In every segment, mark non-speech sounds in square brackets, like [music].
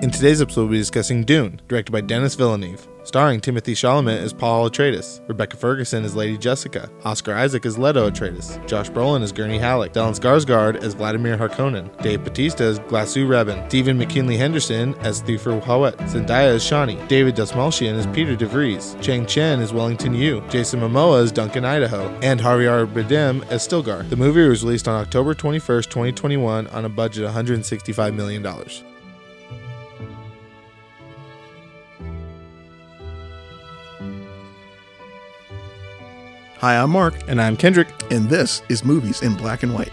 In today's episode, we'll be discussing Dune, directed by Dennis Villeneuve, starring Timothy Chalamet as Paul Atreides, Rebecca Ferguson as Lady Jessica, Oscar Isaac as Leto Atreides, Josh Brolin as Gurney Halleck, Stellan Skarsgård as Vladimir Harkonnen, Dave Bautista as Glasu Rebin, Stephen McKinley Henderson as Thufir Hawet, Zendaya as Shani, David Desmalchian as Peter DeVries, Chang Chen as Wellington Yu, Jason Momoa as Duncan Idaho, and Javier Bardem as Stilgar. The movie was released on October 21st, 2021 on a budget of $165 million. Hi, I'm Mark, And I'm Kendrick. and this is Movies in Black and White.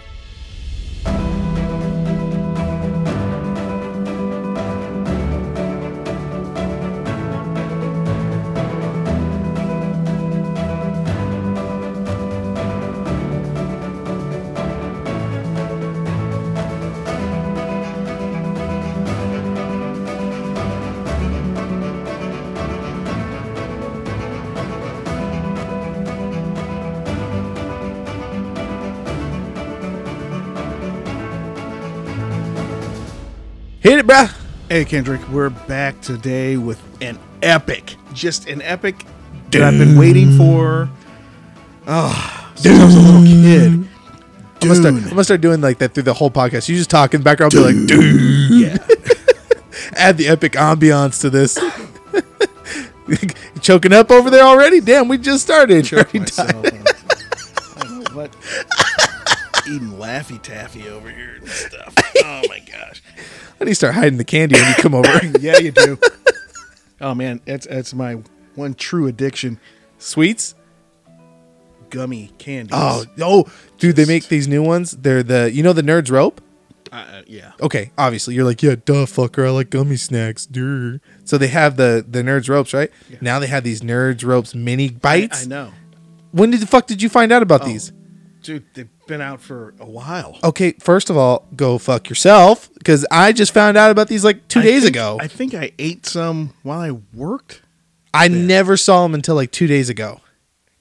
Hit it, bruh. Hey, Kendrick, we're back today with an epic, just an epic that Dune. I've been waiting for. Oh, since I was a little kid. I'm gonna, start, I'm Dune. gonna start doing like that through the whole podcast. You just talk in the background, I'll be like, dude, Yeah. add the epic ambiance to this. [laughs] Choking up over there already? Damn, we just started. Already Myself, died. I don't know what. Eating Laffy Taffy over here and stuff. Oh, my gosh. I need to start hiding the candy when you come [laughs] over. Yeah, you do. Oh, man, that's, that's my one true addiction Sweets? gummy candies. Oh, oh, dude, they make these new ones. They're the, you know, the Nerds Rope? Uh, yeah. okay, obviously you're like, yeah, duh, fucker, I like gummy snacks, duh. So they have the the nerds ropes, right? Now they have these nerds ropes mini bites. I know. Oh. When did the fuck did you find out about these? Dude, they've been out for a while. Okay, first of all, go fuck yourself because I just found out about these like two I days think- ago. I I, think I ate some while I worked. never saw them until like two days ago.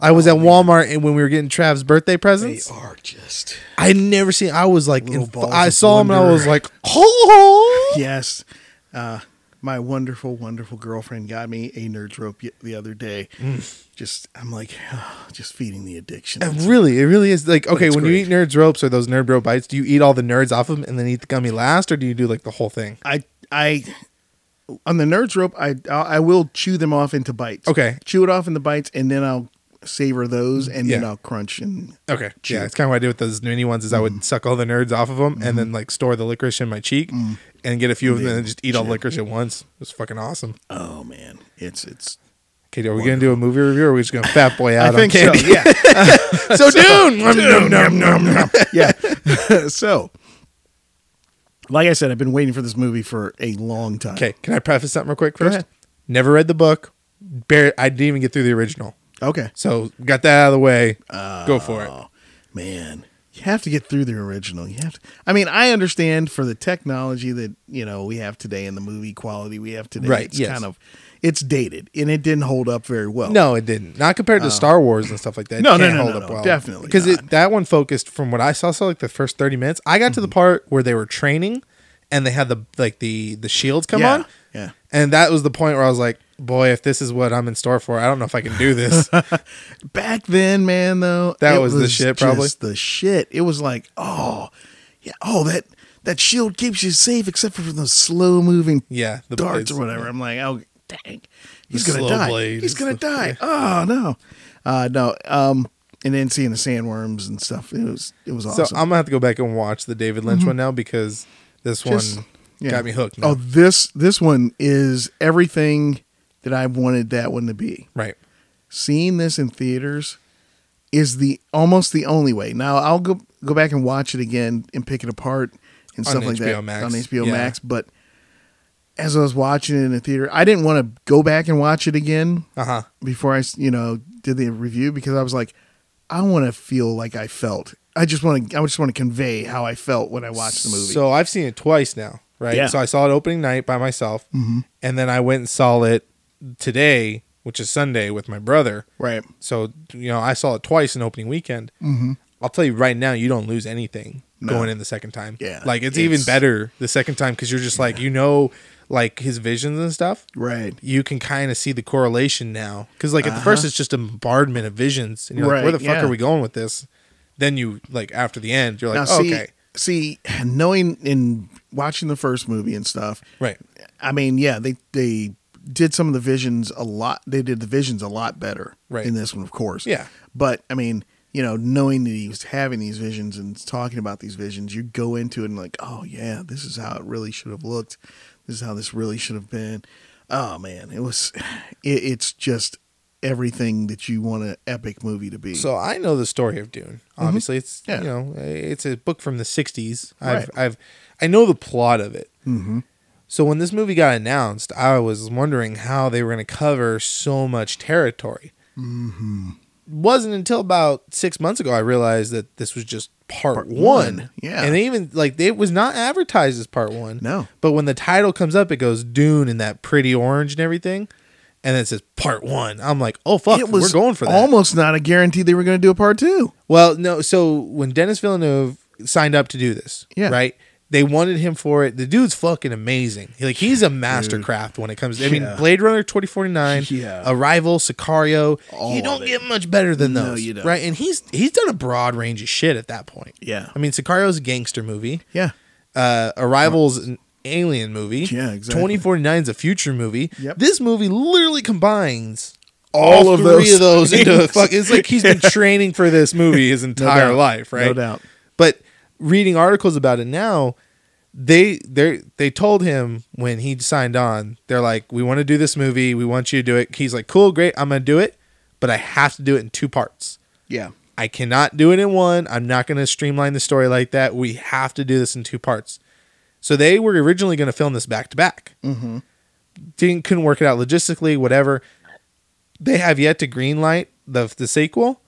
I Oh, was at Walmart and when we were getting Trav's birthday presents, are just I never seen. I was like, Little in, balls I of saw them and I wonder. was like, oh, yes. Uh, my wonderful, wonderful girlfriend got me a Nerds rope y- the other day. Mm. Just I'm like, [sighs] just feeding the addiction. It really, it really is like okay. it's When you great. eat nerds ropes or those nerd rope bites, do you eat all the nerds off of them and then eat the gummy last, or do you do like the whole thing? I I on the Nerds rope, I I will chew them off into bites. Okay. chew it off into bites, and then I'll savor those, and then Yeah. I'll crunch and Okay, Chew. yeah, it's kind of what I did with those mini ones. Is I Mm. would suck all the nerds off of them and then like store the licorice in my cheek and get a few of them Mm-hmm. Mm. Yeah. and then just eat all the licorice at once. It was fucking awesome. oh man, it's it's. Okay, are we gonna do a movie review or are we just gonna fat boy out I think on candy? [laughs] so. Yeah. [laughs] So, Dune, [laughs] nom, nom, nom, nom, nom. [laughs] yeah. so, like I said, I've been waiting for this movie for a long [laughs] time. Okay, can I preface something real quick first? ahead. Never read the book. Bare, I didn't even get through the original, Okay. so got that out of the way. Go for it. Oh man, you have to get through the original. You have to. I mean, I understand for the technology that you know we have today and the movie quality we have today. Right, It's yes. kind of it's dated and it didn't hold up very well. No, it didn't. Not compared to Star Wars and stuff like that. It Oh. No, no, can't no, no, hold up no, well. definitely because not. that one focused from what I saw. So like the first thirty minutes, I got to Mm-hmm. the part where they were training, and they had the like the the shields come Yeah, on. yeah. and that was the point where I was like, boy, if this is what I'm in store for, I don't know if I can do [laughs] this. Back then, man, though That it was the shit, probably. just the shit. It was like, oh, yeah, oh that that shield keeps you safe except for those slow moving yeah, the darts it's- or whatever. I'm like, oh dang, he's gonna slow die. blade He's is gonna the- die. Oh no, uh, no. Um, and then seeing the sandworms and stuff, it was it was So uh, awesome. Mm-hmm. I'm gonna have to go back and watch the David Lynch one now because this Just- one yeah. got me hooked. now. oh, this this one is everything that I wanted that one to be. right. Seeing this in theaters is the almost the only way. Now I'll go go back and watch it again and pick it apart and On stuff like HBO that Max. on HBO Yeah. Max, but. As I was watching it in the theater, I didn't want to go back and watch it again Uh huh. before I, you know, did the review because I was like, I want to feel like I felt. I just want to. I just want to convey how I felt when I watched the movie. So I've seen it twice now, right? Yeah. So I saw it opening night by myself, Mm-hmm. and then I went and saw it today, which is Sunday, with my brother. right. So you know, I saw it twice in opening weekend. Mm-hmm. I'll tell you right now, you don't lose anything No. going in the second time. Yeah. like it's, It's- even better the second time because you're just like you know, like his visions and stuff, Right. you can kind of see the correlation now. Because like at the first, it's just a bombardment of visions, and you're like, Uh-huh. Right, where the fuck yeah. are we going with this? Then you like after the end, you're Now like, see, okay, see, knowing and watching the first movie and stuff, right, I mean, yeah, they they did some of the visions a lot. They did the visions a lot better Right. in this one, of course. Yeah. but I mean, you know, knowing that he was having these visions and talking about these visions, you go into it and like, oh yeah, this is how it really should have looked. This is how this really should have been. Oh man, it was. [sighs] It, it's just everything that you want an epic movie to be. So I know the story of Dune. Obviously, it's Mm-hmm. Yeah. you know it's a book from the '60s. I've Right. Mm-hmm. I've I know the plot of it. So when this movie got announced, I was wondering how they were going to cover so much territory. Mm-hmm. Wasn't until about six months ago I realized that this was just part, one. one, yeah. and they even like it was not advertised as part one. No. but when the title comes up, it goes Dune in that pretty orange and everything. And then it says part one. I'm like, oh fuck, it was we're going for that. almost not a guarantee they were going to do a part two. Well, no. So when Dennis Villeneuve signed up to do this, Yeah. right? They wanted him for it. The dude's fucking amazing. Like he's a mastercraft when it comes. I mean, Yeah. Blade Runner twenty forty nine, Yeah. Arrival, Sicario. All you of don't it. get much better than No, those, you don't. right? And he's he's done a broad range of shit at that point. Yeah. I mean, Sicario's a gangster movie. Yeah, Uh, Arrival's an alien movie. Yeah, exactly. Twenty forty nine's a future movie. Yep. This movie literally combines all, of three those of those into a things. fuck. It's like he's [laughs] been training for this movie his entire doubt. life, right? No doubt. But reading articles about it now, they they they told him when he signed on, they're like, "We want to do this movie. We want you to do it." He's like, "Cool, great. I'm gonna do it, but I have to do it in two parts. Yeah. I cannot do it in one. I'm not gonna streamline the story like that. We have to do this in two parts." So they were originally gonna film this back to back. Mm-hmm. Didn't couldn't work it out logistically, whatever they have yet to greenlight the the sequel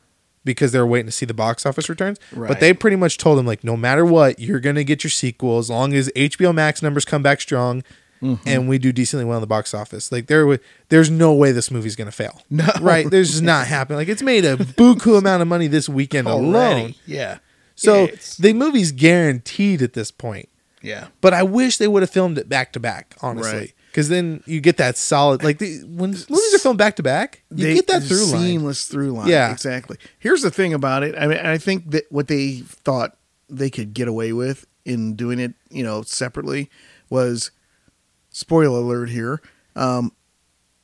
because they're waiting to see the box office returns. But Right. they pretty much told them like, no matter what, you're gonna get your sequel as long as HBO Max numbers come back strong. Mm-hmm. And we do decently well in the box office. Like there, wa- there's no way this movie's gonna fail. [laughs] No. right? There's just not happening. Like it's made a buku amount of money this weekend alone. Already. Yeah. So It's- the movie's guaranteed at this point. yeah. But I wish they would have filmed it back to back, honestly, Right. because then you get that solid. Like the, when movies are filmed back to back, you They- get that it's a through line. seamless through line. Yeah. exactly. Here's the thing about it. I mean, I think that what they thought they could get away with in doing it, you know, separately, was spoiler alert here. Um,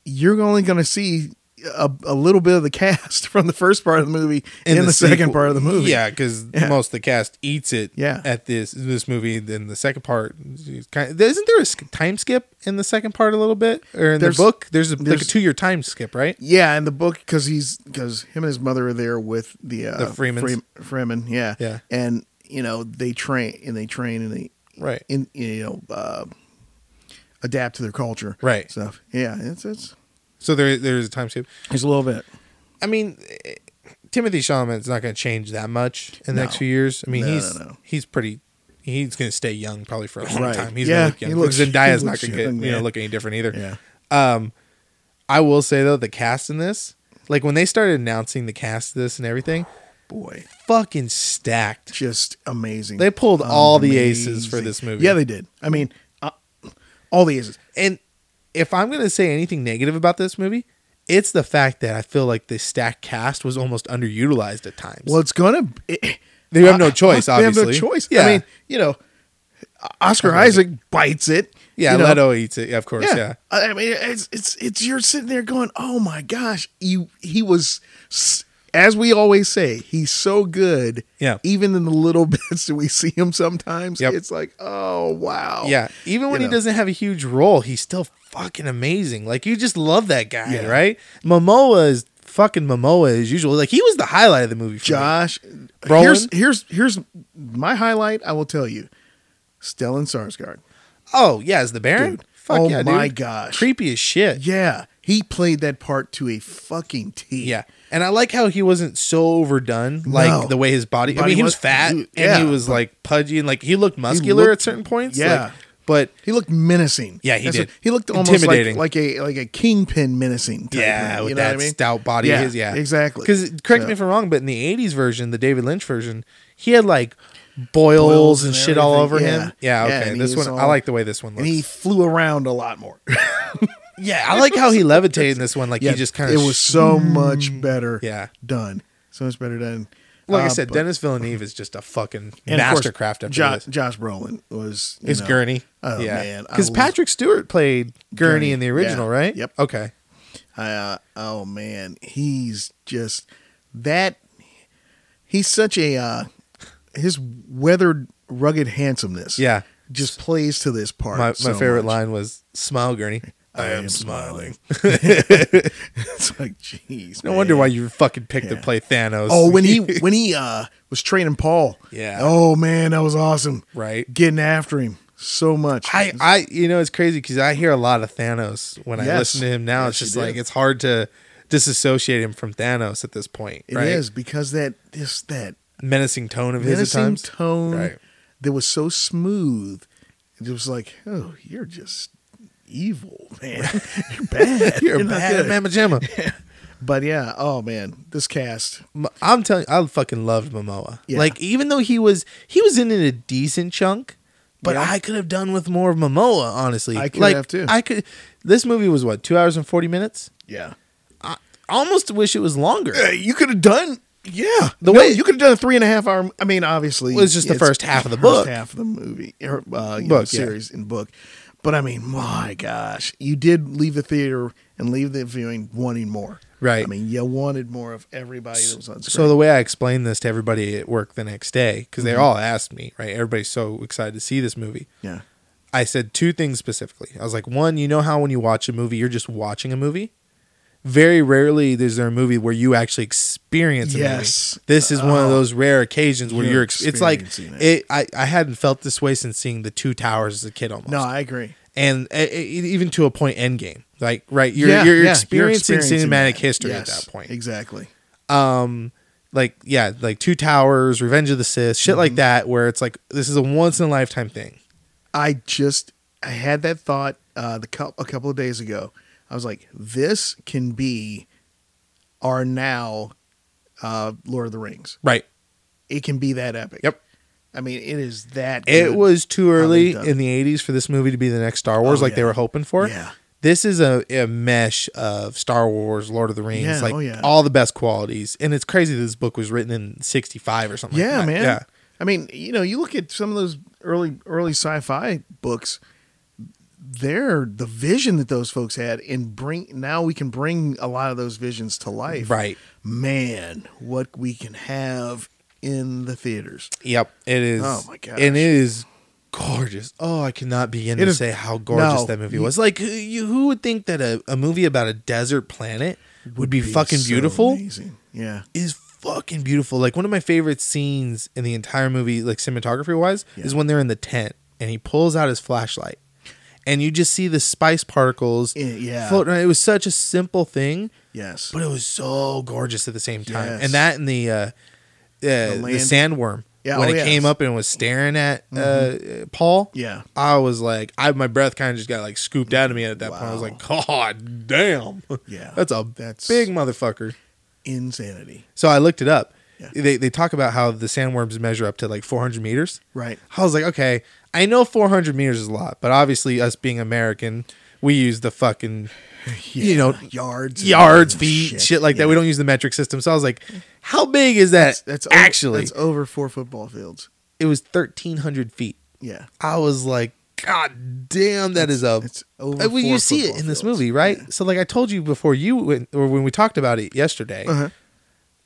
you're only going to see a, a little bit of the [laughs] cast from the first part of the movie in, the, second sequel. part of the movie. Yeah, because Yeah. most of the cast eats it. Yeah. at this this movie, then the second part is kind of, isn't there a sk- time skip in the second part a little bit or in There's- the book? There's, a, like a there's- two year time skip, right? Yeah, in the book because he's because him and his mother are there with the uh, The Freemans. Freeman, yeah, Yeah. and you know they train and they train and they Right. in you know uh, adapt to their culture, Right. Stuff. Yeah, it's it's So there there's a time skip. it's a little bit. I mean, eh, Timothy Chalamet's not going to change that much in the next No. few years. I mean, No, he's no, no. he's pretty. He's going to stay young probably for a long Right. time. He's Yeah, going to look young. he looks- Zendaya's he not looks going to get young, you know yeah. look any different either. Yeah, I will say though, the cast in this, like when they started announcing the cast of this and everything, boy, fucking stacked. just amazing. They pulled all the aces for this movie. Yeah, they did. I mean, uh, all the aces. And if I'm gonna say anything negative about this movie, it's the fact that I feel like the stacked cast was almost underutilized at times. Well, it's gonna. It, They have no choice, They have no obviously. choice. Yeah. I mean, you know, Oscar Isaac bites it. yeah, you know. Leto eats it, of course. Yeah. I I mean, it's it's it's you're sitting there going, "Oh my gosh, you he was s- as we always say, he's so good." Yeah. Even in the little [laughs] bits that we see him sometimes, Yep. it's like, "Oh, wow." Yeah. Even when You he know. doesn't have a huge role, he's still fucking amazing. Like you just love that guy, Yeah. right? Momoa is fucking Momoa as usual. Like he was the highlight of the movie for me. Josh, Brolin? here's here's here's my highlight, I will tell you. Stellan Sarsgaard. Oh yeah, as the Baron. Dude. Fuck Oh yeah, dude. my gosh. creepy as shit. Yeah, he played that part to a fucking T. Yeah. And I like how he wasn't so overdone, like No. the way his body. I Body mean, he was was- fat he- and yeah, he was like pudgy and like he looked muscular looked- at certain points. yeah. like, but He looked menacing. Yeah, he what- did. he looked almost Intimidating. like, like a like a kingpin menacing. Type yeah, thing, with you know that what I mean? stout body, Yeah, yeah, his, yeah, exactly. Because correct me So- if I'm wrong, but in the '80s version, the David Lynch version, he had like boils, Boils and, and shit all over everything, yeah. him. Yeah, Yeah, okay. and he this was one, I all- like the way this one and looks. [laughs] he flew around a [laughs] lot more. yeah, I like how he levitated in this one. Like he just kind of. It was so much better. Yeah. done. So much better done. Like I Uh, said, but- Dennis Villeneuve is just a fucking and of course, mastercraft after Jo- this. Josh Brolin was. you It's know, Gurney. Oh yeah. man, I Because was- Patrick Stewart played Gurney, Gurney, in the original, yeah. right? Yep. Okay. I, uh, oh man, he's just that. He's such a uh, his weathered, rugged handsomeness. Yeah. just plays to this part. My, my so favorite much. line was "Smile, Gurney." Um, I am smiling. [laughs] [laughs] It's like, jeez. No wonder man. why you fucking picked to Yeah. play Thanos. Oh, [laughs] when he when he uh was training Paul. Yeah. Oh man, that was awesome. right. Getting after him so much. I, I, you know, it's crazy because I hear a lot of Thanos when I Yes. listen to him now. Yes, it's you just do. like it's hard to disassociate him from Thanos at this point. It right? is because that this that menacing tone of his at menacing times. tone Right. that was so smooth. It was like, oh, you're just evil, man. [laughs] you're [laughs] bad. You're, a not bad good. at Mamma Jamma. But yeah, oh man, this cast. M- I'm telling you, I fucking loved Momoa. Yeah. Like even though he was he was in it a decent chunk, but Yeah. I could have done with more of Momoa. Honestly, I could like, have too. I could. This movie was what two hours and forty minutes. Yeah. I almost wish it was longer. It you could have done. Yeah, The the way- way you could have done a three and a half hour. I mean, obviously, was just the it's first half of the first book. half of the movie, or, uh, you know, Book, yeah. series, and book. But I mean, my gosh, you did leave the theater and leave the viewing wanting more. Right. I mean, you wanted more of everybody that was on screen. So the way I explained this to everybody at work the next day, because Mm-hmm. they all asked me, right? Everybody's so excited to see this movie. yeah, I said two things specifically. I was like, one, you know how when you watch a movie, you're just watching a movie. Very rarely is there a movie where you actually experience a Yes. Uh-huh. movie. This is one of those rare occasions where You're you're. ex- it's like experiencing it. it. I I hadn't felt this way since seeing the Two Towers as a kid almost. no, I agree. and uh, uh, even to a point, Endgame. Like right, you're Yeah, you're, yeah, experiencing experiencing cinematic that. history at Yes, that point Exactly. um like yeah like two towers revenge of the sith shit Mm-hmm. like that where it's like this is a once in a lifetime thing I just I had that thought uh, the cou- a couple of days ago. I was like, this can be our now uh, Lord of the Rings. right It can be that epic. Yep. I mean, it is that. it good. was too early done. in the 80s for this movie to be the next star wars Oh, like they yeah. were hoping for Yeah. this is a, a mesh of star wars lord of the rings Yeah, like oh, yeah. all the best qualities and it's crazy this book was written in 65 or something like Yeah, that. man. yeah I mean, you know, you look at some of those early early sci-fi books. They're the vision that those folks had, and bring now we can bring a lot of those visions to life. right man, what we can have in the theaters. yep it is Oh, my gosh. and it is gorgeous oh i cannot begin It to is- say how gorgeous No. that movie You- was like who, you, who would think that a, a movie about a desert planet would be, fucking so beautiful Amazing. Yeah. is fucking beautiful. Like one of my favorite scenes in the entire movie, like cinematography wise, Yeah. is when they're in the tent and he pulls out his flashlight, and you just see the spice particles Yeah, yeah. floating. around. It was such a simple thing, Yes. but it was so gorgeous at the same time. Yes. And that and the uh, uh, the, land- sandworm Yeah, when oh, it yes. Mm-hmm. came up and was staring at uh, Paul. yeah. I was like, I my breath kind of just got like scooped out of me at that point. I was Wow. like, God damn, [laughs] Yeah. that's a That's- big motherfucker. Insanity. So I looked it up. Yeah. They, they talk about how the sandworms measure up to like 400 meters. Right. I was like, okay, I know 400 meters is a lot, but obviously, us being American, we use the fucking You know, yards, and- yards, and feet, shit, like that. Yeah. We don't use the metric system. So I was like, how big is that? That's over, actually, that's over four football fields. it was 1,300 feet. Yeah. I was like, God damn, that is a. It's over. Uh, well, you four see it football in this fields. movie, right? Yeah. So, like I told you before, you went, or when we talked about it yesterday, Uh-huh.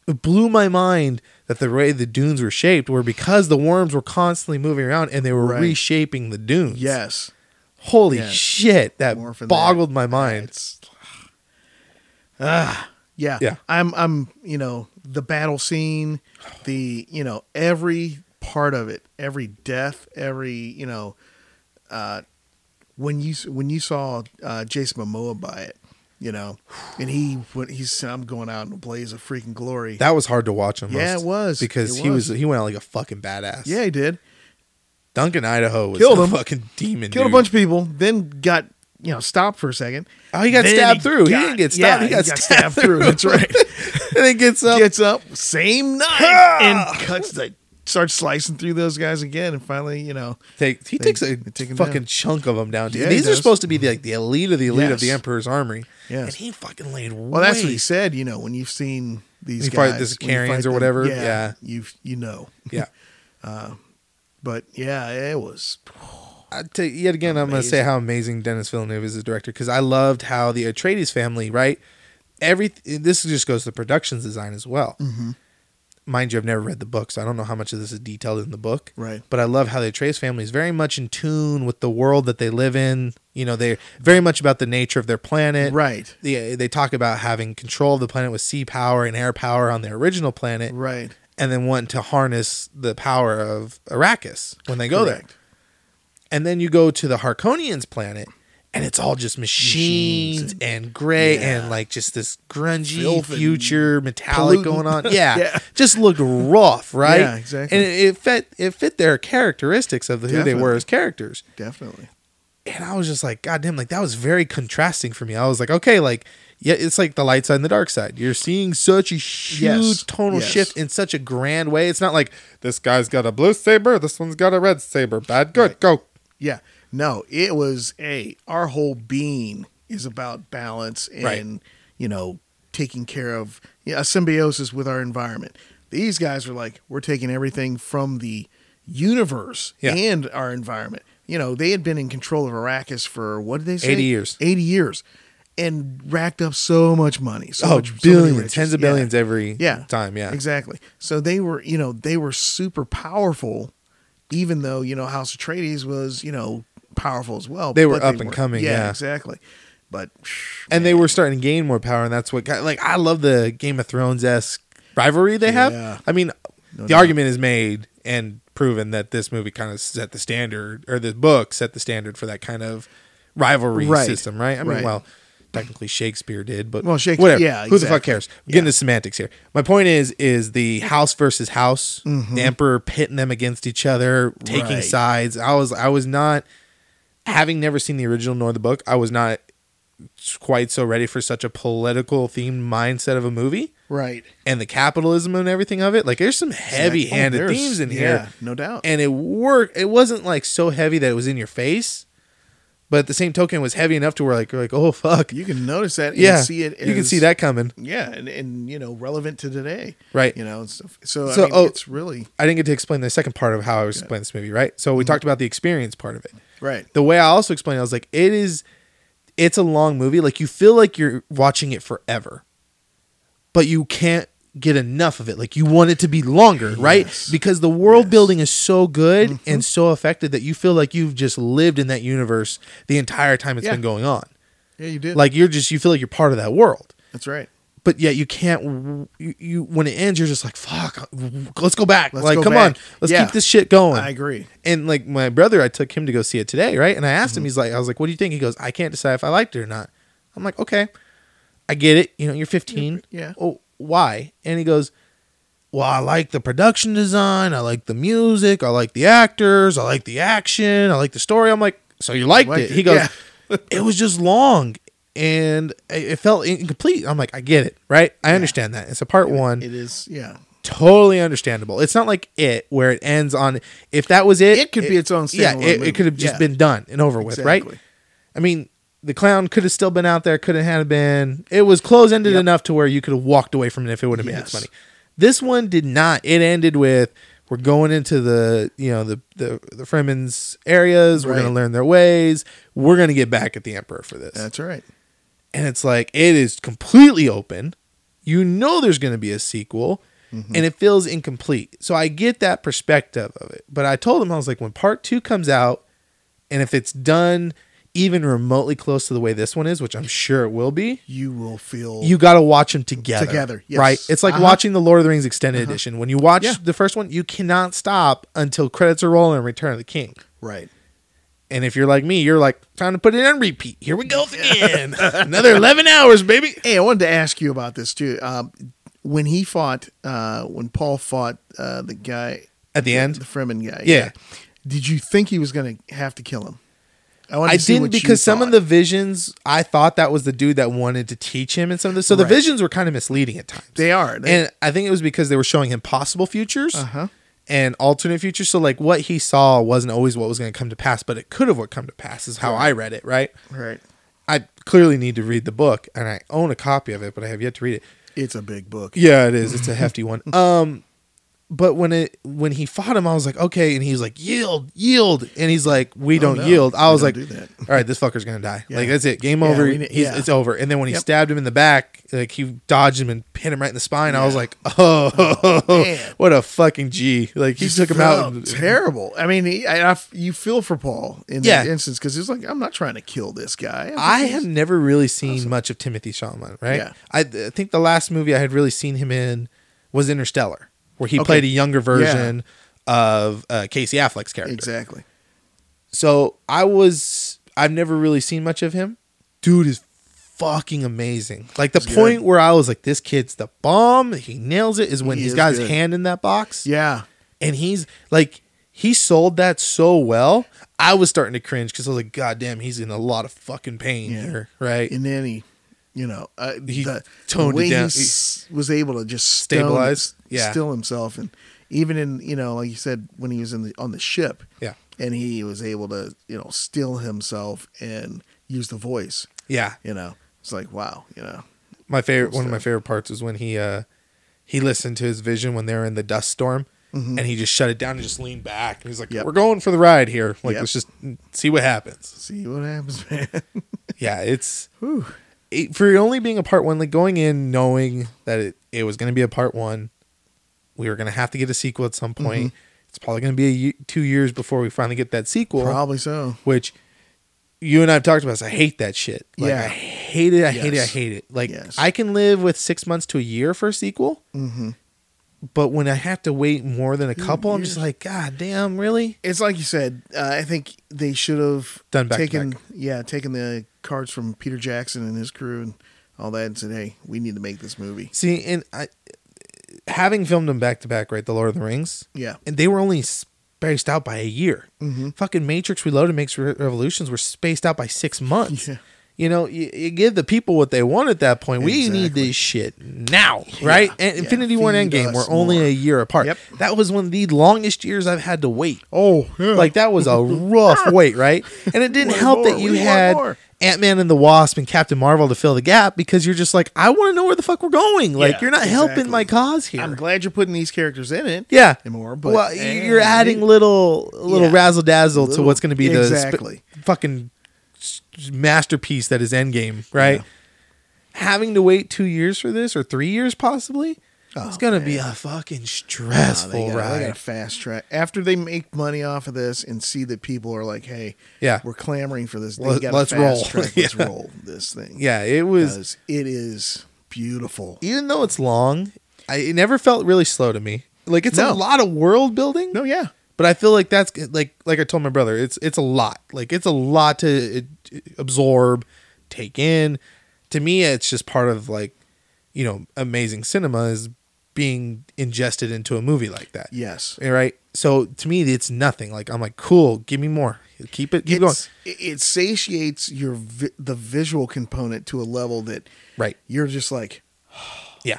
it blew my mind that the way the dunes were shaped were because the worms were constantly moving around and they were Right. reshaping the dunes. Yes. Holy Yes. shit, that Morphing boggled my mind. It's. Ah. Yeah. Yeah. I'm. I'm. You know the battle scene, the you know every part of it, every death, every you know, uh, when you when you saw uh, Jason Momoa buy it, you know, and he when he said, "I'm going out in a blaze of freaking glory." That was hard to watch almost. Yeah, it was. Because It he was was. he went out like a fucking badass. yeah, he did. Duncan Idaho was Killed a him. fucking demon. killed dude. a bunch of people, then got you know stopped for a second. Oh, he got Then stabbed through. He got- didn't get yeah, stabbed. he got, stabbed, through. [laughs] That's right. and then gets up. Gets up, same knife, and cuts the starts slicing through those guys again, and finally, you know, Take, he They- takes a they take 'em fucking down. chunk of them down. dude. Yeah, he These are does. supposed to be the, like the elite of the elite of the Yes. Emperor's army. Yes. And he fucking laid well, that's what way- he said. You know, when you've seen these You fight guys, the when you Sicarians fight or them, whatever, yeah. you you know, Uh, Yeah. [laughs] but yeah, it was I tell you, yet again, I'm going to say Amazing. how amazing Dennis Villeneuve is as a director because I loved how the Atreides family, right? Every this just goes to productions design as well. Mind you, I've never read the book, so I don't know how much of this is detailed in the book. right. But I love how the Atreides family is very much in tune with the world that they live in. You know, they're very much about the nature of their planet. Right, They, they talk about having control of the planet with sea power and air power on their original planet, right. and then wanting to harness the power of Arrakis when they go there. Correct. And then you go to the Harkonians planet, and it's all just machines, Machines and gray Yeah. and like just this grungy Filth and future metallic pollutant. going [laughs] on. Yeah, Yeah. just looked rough, right? Yeah, exactly. And it, it fit it fit their characteristics of who they were Definitely. as characters. Definitely. And I was just like, God damn, like that was very contrasting for me. I was like, okay, like yeah, it's like the light side and the dark side. You're seeing such a huge Yes. tonal Yes. shift in such a grand way. It's not like this guy's got a blue saber, this one's got a red saber. Bad, good, go. Yeah. No, it was a our whole being is about balance and Right. you know taking care of you know, a symbiosis with our environment. These guys were like we're taking everything from the universe Yeah. and our environment. You know, they had been in control of Arrakis for what did they say? 80 years. 80 years. And racked up so much money. So oh, much, so many billions, riches. tens of Yeah billions every yeah time. Yeah, exactly so they were you know they were super powerful even though you know house atreides was you know powerful as well They were but up and coming, yeah. exactly but psh, and they were starting to gain more power, and that's what got, like I love the Game of Thrones esque rivalry they have. Yeah. I mean, the doubt. argument is made and proven that this movie kind of set the standard, or this book set the standard for that kind of rivalry Right. system, right? I mean, Right. well. Technically, Shakespeare did, but Well, Shakespeare- whatever. yeah, Who the fuck exactly. cares? We're Getting into semantics here. My point is, is the house versus house, the emperor pitting them against each other, taking Mm-hmm. Right. sides. I was, I was not having never seen the original nor the book, I was not quite so ready for such a political themed mindset of a movie right and the capitalism and everything of it. Like there's some heavy handed Oh, there's- themes in yeah, here. no doubt And it worked it wasn't like so heavy that it was in your face, but at the same token it was heavy enough to where like you're like, oh fuck. you can notice that and yeah. see it you can as- see that coming. yeah and, and you know relevant to today Right. you know and stuff. so So, I mean, oh. it's really I didn't get to explain the second part of how I was explaining this movie, right? So we Mm-hmm. talked about the experience part of it. right the way I also explained, it, I was like, it is, it's a long movie. Like you feel like you're watching it forever, but you can't get enough of it. Like you want it to be longer, right? Yes. Mm-hmm. Because the world building is so good and so effective that you feel like you've just lived in that universe the entire time it's Yeah. been going on. yeah you did Like you're just, you feel like you're part of that world. that's right But yet you can't. You, you when it ends, you're just like, "Fuck, uh, let's go back. Let's like, go come on, back. let's Yeah. keep this shit going." i agree and like my brother, I took him to go see it today, right? And I Mm-hmm. asked him, he's like, I was like, what do you think? He goes, I can't decide if I liked it or not. I'm like, okay, I get it. You know, you're 15. Yeah. Oh, why? And he goes, well, I like the production design. I like the music. I like the actors. I like the action. I like the story. I'm like, so you liked, Liked it. it, He goes, yeah. [laughs] it was just long and it it felt incomplete. I'm like, I get it, right? I understand that. It's a part one. it is yeah totally understandable. It's not like it where it ends on. If that was it, It could be its own Yeah, standalone it, movie. it could have just Yeah. been done and over with, right? Exactly. I mean, the clown could have still been out there. Could have had been. It was close ended Yep. enough to where you could have walked away from it if it would have made its Yes. money. This one did not. It ended with we're going into the you know the the the Fremen's areas. We're going to Right. learn their ways. We're going to get back at the Emperor for this that's right and it's like it is completely open. You know there's going to be a sequel Mm-hmm. and it feels incomplete. So I get that perspective of it. But I told him I was like when part 2 comes out and if it's done even remotely close to the way this one is, which I'm sure it will be, you will feel you got to watch them together. Together, yes. Right? It's like Uh-huh. watching the Lord of the Rings extended edition. When you watch Yeah. the first one, you cannot stop until credits are rolling and Return of the King. right And if you're like me, you're like, time to put it on repeat. Here we go again. [laughs] Another 11 hours, baby. Hey, I wanted to ask you about this too. Um, when he fought, uh, when Paul fought uh, the guy, At the end, the Fremen guy, Yeah. Did you think he was going to have to kill him? wanted I to see didn't what you because some of thought. the visions I thought that was the dude that wanted to teach him and some of this. So the Right. visions were kind of misleading at times. they are. They, and I think it was because they were showing him possible futures. Uh-huh. and alternate future. So like what he saw wasn't always what was going to come to pass, but it could have what come to pass is how I read it. Right. Right. I clearly need to read the book, and I own a copy of it, but I have yet to read it. It's a big book. Yeah, it is. [laughs] It's a hefty one. Um, but when it when he fought him, I was like, okay, and he's like, yield, yield, and he's like, we don't Oh, no. yield. I We was don't like, do that. all right, this fucker's gonna die. Like Yeah. that's it, game Yeah, over. we ne- He's- yeah. It's over. And then when he Yep. stabbed him in the back, like he dodged him and pinned him right in the spine. I was Yeah. like, oh, [laughs] man. what a fucking g. Like he took him out. felt and- Terrible. I mean, he, I, I f- you feel for Paul in Yeah. that instance because he's like, I'm not trying to kill this guy. I'm [laughs] I just- have never really seen much of Timothy Chalamet, right? Yeah. I, I think the last movie I had really seen him in was Interstellar, where he Okay. played a younger version of uh, Casey Affleck's character. exactly. So I was, I've never really seen much of him. Dude is fucking amazing. Like the He's good. point where I was like, this kid's the bomb. He nails it is when He he has is got his good. hand in that box. Yeah. And he's like, he sold that so well. I was starting to cringe because I was like, God damn, he's in a lot of fucking pain Yeah. here, right? And then he, you know, uh, He the, toned the it way down. he s- was able to just stone- Stabilize? Yeah. still himself, and even in you know, like you said, when he was in the on the ship, Yeah. and he was able to you know still himself and use the voice. Yeah. You know, it's like wow, you know, My favorite Cool one of my favorite parts was when he uh he listened to his vision when they were in the dust storm and he just shut it down and just leaned back and he's like, Mm-hmm. Yep. We're going for the ride here. Like Yep. let's just see what happens. see what happens, [laughs] man. Yeah, it's it, for it only being a part one, like going in knowing that it, it was gonna be a part one, we were gonna have to get a sequel at some point. Mm-hmm. It's probably gonna be a ye- two years before we finally get that sequel. Probably so. Which you and I have talked about. This. I hate that shit. Like, Yeah. I hate it. I hate it. I Yes. hate it. Like Yes. I can live with six months to a year for a sequel, Mm-hmm. but when I have to wait more than a couple, I'm you're- just like, God damn, really? It's like you said. Uh, I think they should have Done back to taken, back. yeah, taken the cards from Peter Jackson and his crew and all that, and said, "Hey, we need to make this movie." See, and I, having filmed them back to back, right? The Lord of the Rings, Yeah, and they were only spaced out by a year. Mhm. Fucking Matrix Reloaded, Matrix Re- Revolutions were spaced out by six months. Yeah. You know, you, you give the people what they want at that point. We need Exactly. this shit now, right? And Yeah. Infinity War and Feed Endgame were us only more. a year apart. Yep. That was one of the longest years I've had to [laughs] wait. Oh, yeah. Like that was a [laughs] rough wait, right? And it didn't Want help that more, you we want had more. Ant Man and the Wasp and Captain Marvel to fill the gap because you're just like, I want to know where the fuck we're going. Like Yeah, you're not helping exactly. my cause here. I'm glad you're putting these characters in it. yeah. and more, but well, eh, you're adding little little Yeah. razzle dazzle to Little- what's going to be the sp- Exactly. fucking s- masterpiece that is Endgame, right? Having to wait two years for this or three years possibly, Oh, it's gonna be a fucking stressful they gotta, they ride. gotta fast track after they make money off of this and see that people are like, "Hey, Yeah. we're clamoring for this." They Let- gotta let's fast roll. [laughs] Track, Let's roll this thing. yeah, it was. because it is beautiful. even though it's long, I, it never felt really slow to me. Like it's a No. lot of world building, No, yeah, but I feel like that's like like I told my brother, it's it's a lot. Like it's a lot to uh, absorb, take in. To me, it's just part of like, you know, amazing cinema is being ingested into a movie like that. yes. Right. So to me, it's nothing. Like I'm like, cool, give me more. Keep it. Keep going. It's- It, it satiates your vi- the visual component to a level that Right. you're just like, [sighs] Yeah.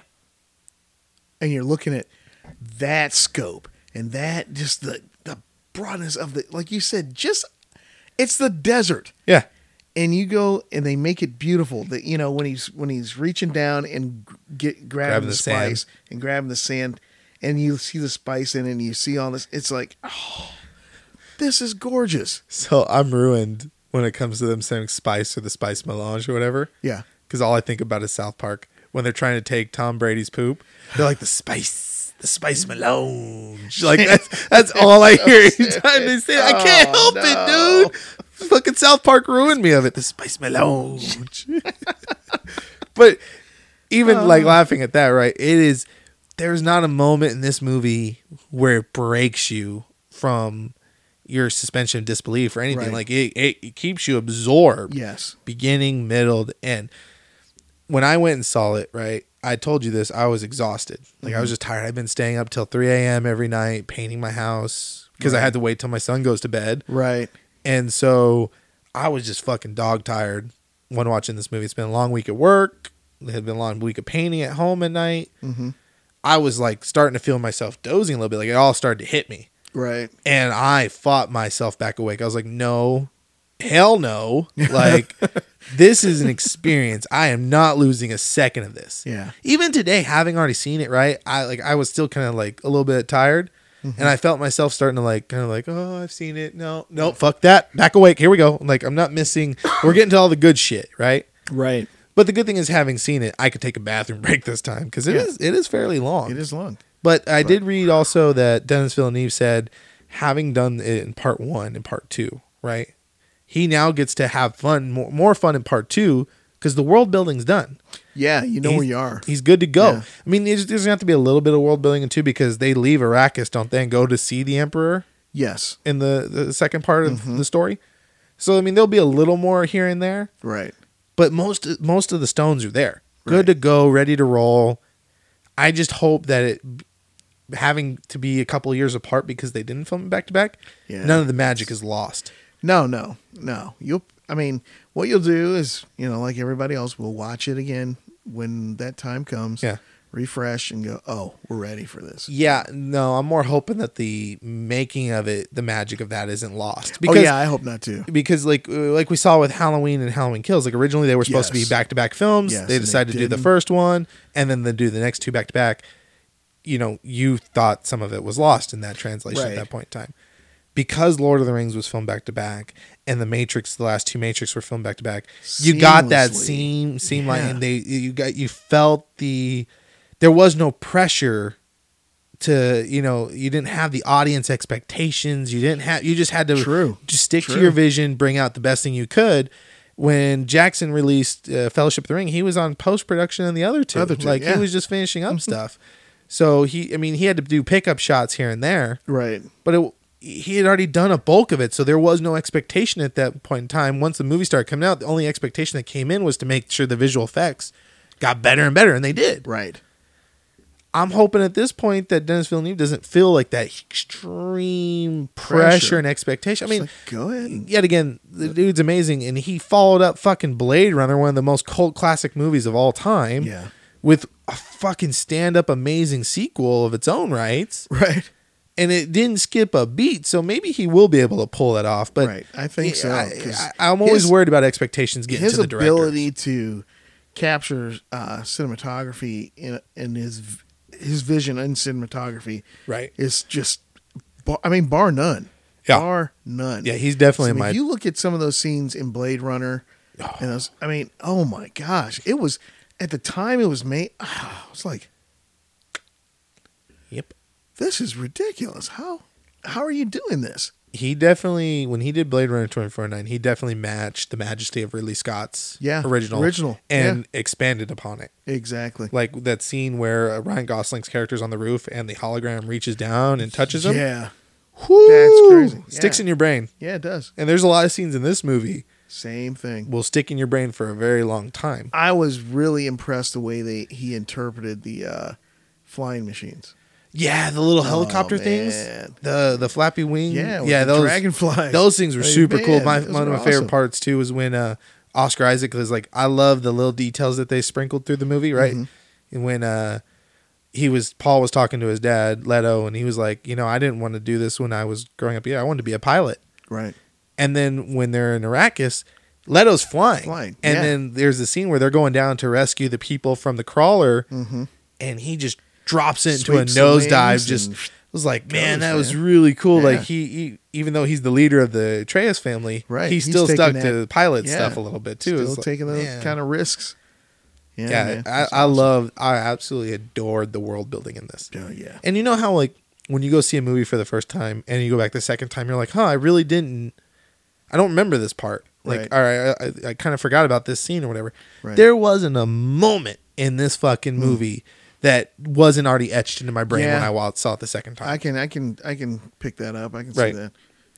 and you're looking at that scope and that just the the broadness of the like you said, just it's the desert. Yeah. and you go and they make it beautiful that you know when he's when he's reaching down and g- get grabbing, Grabbing the, the sand. spice and grabbing the sand and you see the spice in it and you see all this it's like [gasps] oh this is gorgeous So I'm ruined when it comes to them saying spice or the spice melange or whatever. yeah because all I think about is South Park when they're trying to take Tom Brady's poop. They're like the spice, the spice [laughs] melange. Like that's that's all I hear every time they say. It. Oh, I can't help it, dude. Fucking South Park ruined me of it. The spice [laughs] melange. but even like laughing at that, right? It is. There's not a moment in this movie where it breaks you from your suspension of disbelief or anything. Right. Like it, it, it keeps you absorbed yes beginning, middle, to end. When I went and saw it, right, I told you this, I was exhausted. Like I was just tired. I've been staying up till 3 a.m. every night painting my house because I had to wait till my son goes to bed. right And so I was just fucking dog tired when watching this movie. It's been a long week at work. It had been a long week of painting at home at night. Mhm. I was like starting to feel myself dozing a little bit. Like it all started to hit me. Right. And I fought myself back awake. I was like, no, hell no. [laughs] Like this is an experience. I am not losing a second of this. Yeah. Even today, having already seen it, right? I like I was still kind of like a little bit tired. Mm-hmm. And I felt myself starting to like kind of like, oh, I've seen it. No, no, fuck that. Back awake. Here we go. Like I'm not missing [coughs] we're getting to all the good shit, right? Right. But the good thing is, having seen it, I could take a bathroom [laughs] break this time because it Yeah. is- it is fairly long. It is long. But I did read also that Dennis Villeneuve said, having done it in part one and part two, right? He now gets to have fun, more, more fun in part two because the world building's done. Yeah, you know where He's- you are. He's good to go. Yeah. I mean, there's, there's going to have to be a little bit of world building in two because they leave Arrakis, don't they, and go to see the Emperor Yes. in the, the second part of Mm-hmm. the story. So, I mean, there'll be a little more here and there Right. but most most of the stones are there good to Right. go ready to roll i just hope that it having to be a couple years apart because they didn't film it back to back Yeah. none of the magic is lost No, no, no. You'll. I mean, what you'll do is, you know, like everybody else, we'll watch it again when that time comes. Yeah. Refresh and go. Oh, we're ready for this. yeah no i'm more hoping that the making of it the magic of that isn't lost oh yeah, I hope not too. because like uh, like we saw with Halloween and Halloween Kills, like originally they were supposed to Yes. be back to back films. Yes, they and they decided to do the didn't. first one and then they do the next two back to back. You know, you thought some of it was lost in that translation at Right. that point in time. Because Lord of the Rings was filmed back to back and the Matrix, the last two Matrix were filmed back to back, you got that Seamlessly. seam seam line Yeah. and they you got you felt the there was no pressure to you know you didn't have the audience expectations you didn't have you just had to True. just stick to True. your vision bring out the best thing you could when jackson released uh, fellowship of the ring he was on post-production on the other two, Other two, like yeah. Mm-hmm. he was just finishing up stuff so he i mean he had to do pickup shots here and there Right. but it, he had already done a bulk of it so there was no expectation at that point in time once the movie started coming out the only expectation that came in was to make sure the visual effects got better and better and they did Right. I'm hoping at this point that Dennis Villeneuve doesn't feel like that extreme pressure, Pressure. and expectation. I It's mean, like, go ahead. and- yet again, the dude's amazing, and he followed up fucking Blade Runner, one of the most cult classic movies of all time, Yeah. with a fucking stand up amazing sequel of its own rights, Right. and it didn't skip a beat. So maybe he will be able to pull that off. But Right. I think so, I, 'cause am always his- worried about expectations getting His to the director. ability to capture uh, cinematography in in his v- his vision in cinematography Right. is just. Bar, I mean, bar none. Yeah. Bar none. Yeah, he's definitely I mean, my if you look at some of those scenes in Blade [sighs] Runner, and those, I mean, oh my gosh, it was at the time it was made. [sighs] ah, I was like, yep. this is ridiculous. How how are you doing this? he definitely when he did Blade Runner 2049, he definitely matched the majesty of Ridley Scott's Yeah, original original, and expanded upon it. Exactly. Like that scene where uh, Ryan Gosling's character's on the roof and the hologram reaches down and touches him. Yeah, Whoo! crazy. Sticks Yeah. in your brain. yeah, it does. And there's a lot of scenes in this movie Same thing. will stick in your brain for a very long time. I was really impressed the way they he interpreted the uh, flying machines. Yeah, the little helicopter things, man. the the flappy wing. Yeah, with Mm, yeah, the those dragonflies. Those things were Like, super cool. man, My, those one of were my favorite awesome. parts too was when uh, Oscar Isaac was like, I love the little details that they sprinkled through the movie, right? Mm-hmm. And when uh, he was Paul was talking to his dad Leto, and he was like, you know, I didn't want to do this when I was growing up. Yeah, I wanted to be a pilot. Right. And then when they're in Arrakis, Leto's flying. Flying, And yeah. then there's a scene where they're going down to rescue the people from the crawler, and he just drops it into a Mm-hmm. Sweeps the nosedive. wings Just and was like, man, goes, that was man." really cool. Like Yeah. he, he, even though he's the leader of the Atreus family, Right, he's he's still taking stuck that- to the pilot yeah, stuff a little bit too. Still It's like, taking those man. kind of risks. Yeah. yeah. man. I, I love. I absolutely adored the world building in this. Yeah, yeah. And you know how like when you go see a movie for the first time and you go back the second time, you're like, huh, I really didn't. I don't remember this part. Like, Right. all right, I, I, I kind of forgot about this scene or whatever. Right. Mm. There wasn't a moment in this fucking movie that wasn't already etched into my brain when Yeah. I wa- saw it the second I time. can I can I can pick that up. I can Right. see that.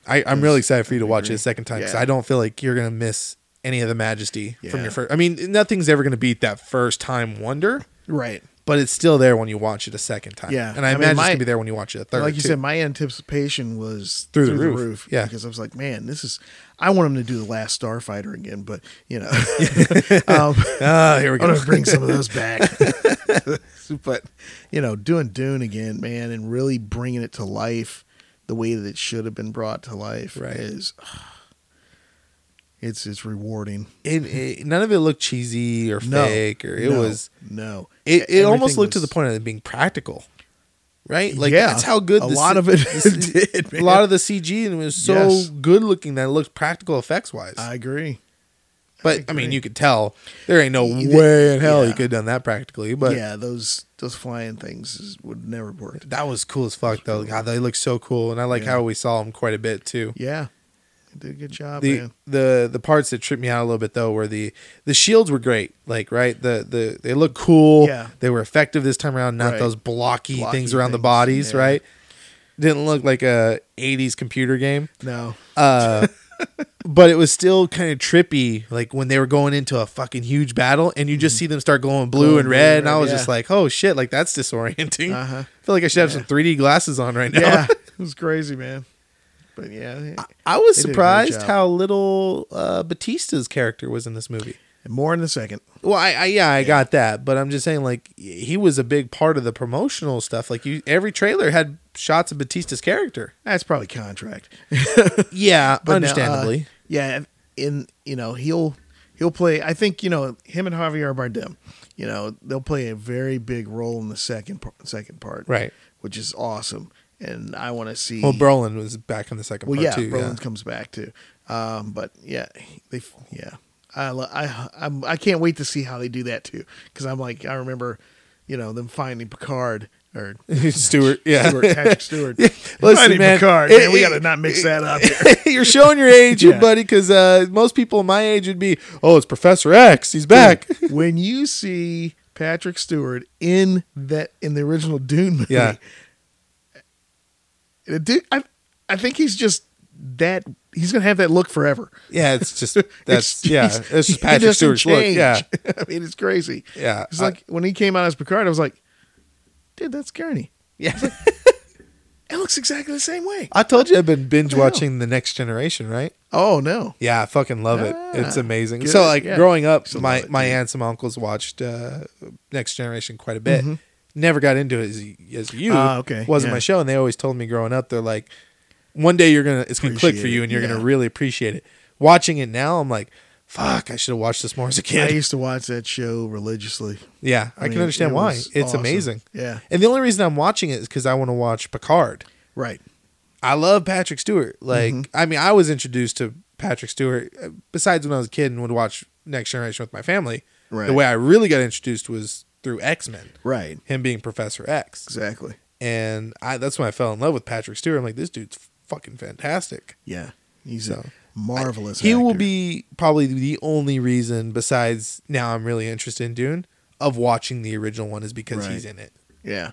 I, I, am really excited for you to watch it agree. a second time because Yeah. I don't feel like you're gonna miss any of the majesty from Yeah. your first. I mean, nothing's ever gonna beat that first time wonder, Right. but it's still there when you watch it a second time. Yeah. and I, I mean, imagine my- it's gonna be there when you watch it a third. like you too. said, my anticipation was Through the roof. Yeah. because I was like, man, this is. I want him to do the last Starfighter [laughs] again, but you know, [laughs] um, ah, here we I'm go. gonna bring some of those back. but you know, doing Dune again, man, and really bringing it to life the way that it should have been brought to life Right. is [sighs] it's it's rewarding. [laughs] It, it, none of it looked cheesy or No, fake, or it no, was. no. It, it almost Everything looked to the was- point of it being practical, right? Like Yeah, that's how good a the lot C- of it [laughs] the C- [laughs] did, A man. lot of the CG and it was so Yes. good looking that it looked practical effects wise. I agree. But I mean, you could tell there ain't no Y- way in hell you yeah. could have done that practically. But yeah, those those flying things is, would never work. that was cool as fuck, though. God, they look so cool, and I like Yeah. how we saw them quite a bit too. Yeah, you did a good job, the man. the the parts that tripped me out a little bit though were the the shields were great like right the the they look cool Yeah. they were effective this time around not Right. those blocky, Blocky things around the things, bodies yeah. right didn't look like a 80s computer game No, uh but it was still kind of trippy like when they were going into a fucking huge battle and you just see them start glowing blue Glowing and Mm. blue, red and i red, was just yeah. like oh shit like that's disorienting Uh-huh. [laughs] i feel like i should have Yeah. some 3d glasses on right now [laughs] yeah, [laughs] it was crazy, man. But yeah, i was They did a great surprised job. how little uh batista's character was in this movie more in a second. Well, I, I yeah, I got that, but I'm just saying, like, he was a big part of the promotional stuff. Like, you every trailer had shots of Batista's character. That's probably contract. [laughs] Yeah, But now, uh, understandably. yeah, in you know he'll he'll play. I think you know him and Javier Bardem. You know they'll play a very big role in the second par- second part, Right. Which is awesome, and I want to see. well, Brolin was back in the second well, part yeah, too. Brolin comes back too. Um, but yeah, they f- yeah, I lo- I I'm, I can't wait to see how they do that too, because I'm like I remember, you know, them finding Picard or. yeah. Stewart, [laughs] yeah. Stewart, Patrick Stewart. Listen, Finding man, Picard, it- man, we it- got to not mix that up. [laughs] [laughs] You're showing your age, Yeah. buddy, because uh, most people my age would be, oh, it's Professor X. He's [laughs] back. when you see Patrick Stewart in that in the original Dune movie, Yeah. the dude, I I think he's just that he's gonna have that look forever. yeah, it's [laughs] just that's It's- yeah, he's- it's [laughs] just he Patrick doesn't Stewart's look. change. Yeah, [laughs] I mean it's crazy. Yeah, uh, it's I- like when he came out as Picard, I was like, dude, that's Gurney. yeah. [laughs] It looks exactly the same way. I told you I've been binge watching The Next Generation, right? Oh no, Yeah, I fucking love it. Ah, It's amazing. good. So like Yeah. growing up, Still my love it, my dude. aunts and uncles watched uh, Next Generation quite a bit. Never got into it as, as you. Mm-hmm. Ah, okay. Wasn't Yeah. my show, and they always told me growing up, they're like, one day you're gonna it's gonna click Appreciate for you, it. and you're gonna Yeah. really appreciate it. Watching it now, I'm like, fuck, I should have watched this more as a I kid. used to watch that show religiously. yeah, I, mean, can understand it why. was It's awesome. amazing. Yeah, And the only reason I'm watching it is because I want to watch Picard. right. I love Patrick Stewart. Like, Mm-hmm. I mean, I was introduced to Patrick Stewart uh, besides when I was a kid and would watch Next Generation with my family. Right. The way I really got introduced was through X Men, Right. him being Professor X, Exactly. and I that's when I fell in love with Patrick Stewart. I'm like, this dude's fucking fantastic. Yeah. He's So, a marvelous. he will actor. be probably the only reason besides now I'm really interested in Dune of watching the original one is because Right. he's in it. Yeah.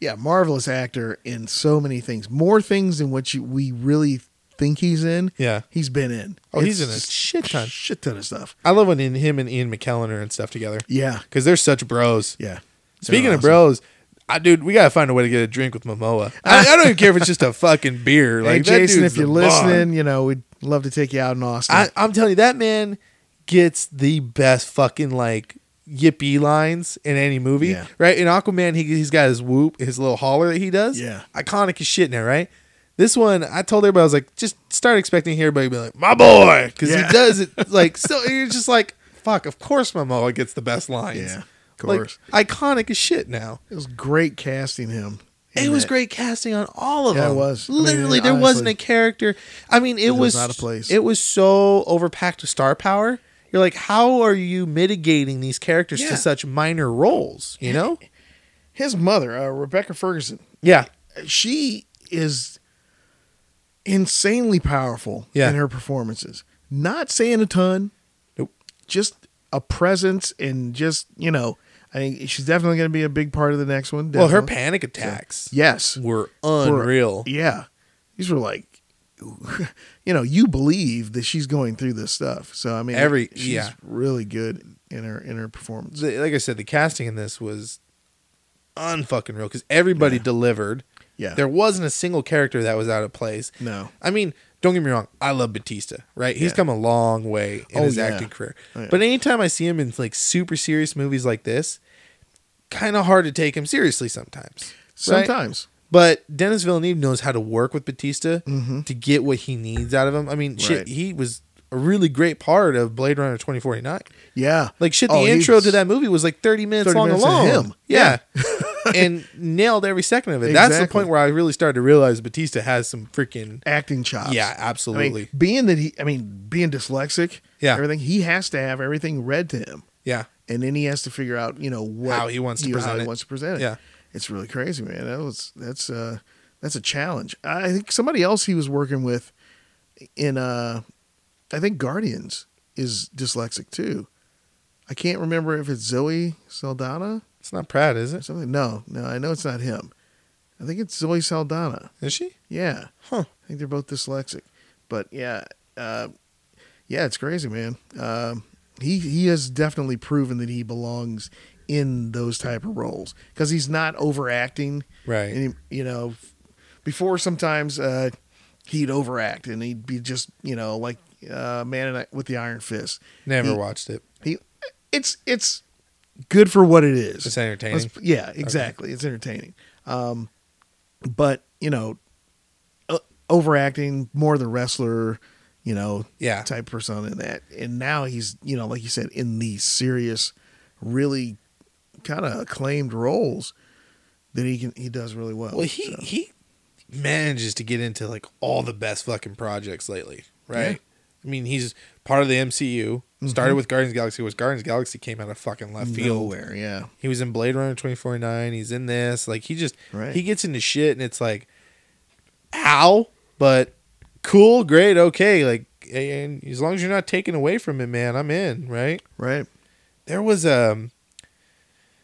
Yeah, marvelous actor in so many things. More things than what you, we really think he's in. Yeah. He's been in. Oh, he's in a just shit ton. Shit ton of stuff. I love when in him and Ian McKellen are and stuff together Yeah. because they're such bros. Yeah. Speaking They're of bros, I dude, we gotta find a way to get a drink with [laughs] Momoa. I, I don't even care if it's just a fucking beer. awesome. Like that hey, Jason, dude's if you're the bomb. listening, you know, we'd love to take you out in Austin. I, I'm telling you, that man gets the best fucking like yippee lines in any movie, Yeah. right? In Aquaman, he he's got his whoop, his little holler that he does. Yeah. iconic as shit in there, right? This one, I told everybody, I was like, just start expecting everybody to be like, my boy, because Yeah. he does [laughs] it like so. You're just like, fuck, of course Momoa gets the best lines. yeah. Of Like, course. iconic as shit now. it was great casting him. in It was that. great casting on all of Yeah, it them. was. I mean, Literally, there honestly. wasn't a character. I mean, it, was, was not a place. It was so overpacked with star power. You're like, how are you mitigating these characters Yeah. to such minor roles? You know? His mother, uh, Rebecca Ferguson, Yeah. she is insanely powerful Yeah. in her performances. Not saying a ton. Nope. Just a presence and just, you know, I think she's definitely going to be a big part of the next one. Well, her definitely. panic attacks Yes. were unreal. Yeah. These were like [laughs] you know, you believe that she's going through this stuff. So I mean, Every- she's yeah. really good in her in her performance. The- like I said, the casting in this was unfucking real because everybody delivered. Yeah. There wasn't a single character that was out of place. No. I mean, don't get me wrong. I love Batista, right? He's Yeah. come a long way in Oh, his yeah. acting career. Oh, yeah. But anytime I see him in like super serious movies like this, kind of hard to take him seriously sometimes. right? Sometimes. But Dennis Villeneuve knows how to work with Batista to get what he needs out of him. I mean, Mm-hmm. Right. shit, he was a really great part of Blade Runner 2049. Yeah. Like shit, the Oh, intro he's- to that movie was like 30 minutes 30 long minutes of alone. him. Yeah. [laughs] and nailed every second of it. That's the Exactly. point where I really started to realize Batista has some freaking acting chops. Yeah, I mean, absolutely. being that he, I mean, being dyslexic, Yeah. everything he has to have everything read to him, yeah. and then he has to figure out, you know, what How he wants to you- present how he it. wants to present it. Yeah. it's really crazy, man. That was that's uh that's a challenge. I think somebody else he was working with in uh, I think Guardians is dyslexic too. I can't remember if it's Zoe Saldana It's not Pratt, is or it? something. No, no, I know it's not him. I think it's Zoe Saldana. Is she? Yeah. Huh. I think they're both dyslexic. But yeah, uh, yeah, it's crazy, man. Um, he he has definitely proven that he belongs in those type of roles because he's not overacting. Right. And he, you know, before sometimes uh, he'd overact and he'd be just you know like uh, man and I- with the iron fist. Never He- watched it. He, it's it's good for what it is. It's entertaining. Let's- yeah, exactly. It's entertaining. Um, but you know, o- overacting more the wrestler, you know, Yeah. type persona in that. And now he's you know, like you said, in these serious, really kind of acclaimed roles that he can he does really well. Well, he So, he manages to get into like all the best fucking projects lately, right? I mean, he's part of the MCU. Started with Guardians of the Galaxy, which Guardians of the Galaxy came out of fucking left field. nowhere, yeah, He was in Blade Runner 2049. He's in this. Like he just Right. he gets into shit and it's like how? But cool, great, okay. Like and as long as you're not taken away from it, man, I'm in, right? right. There was um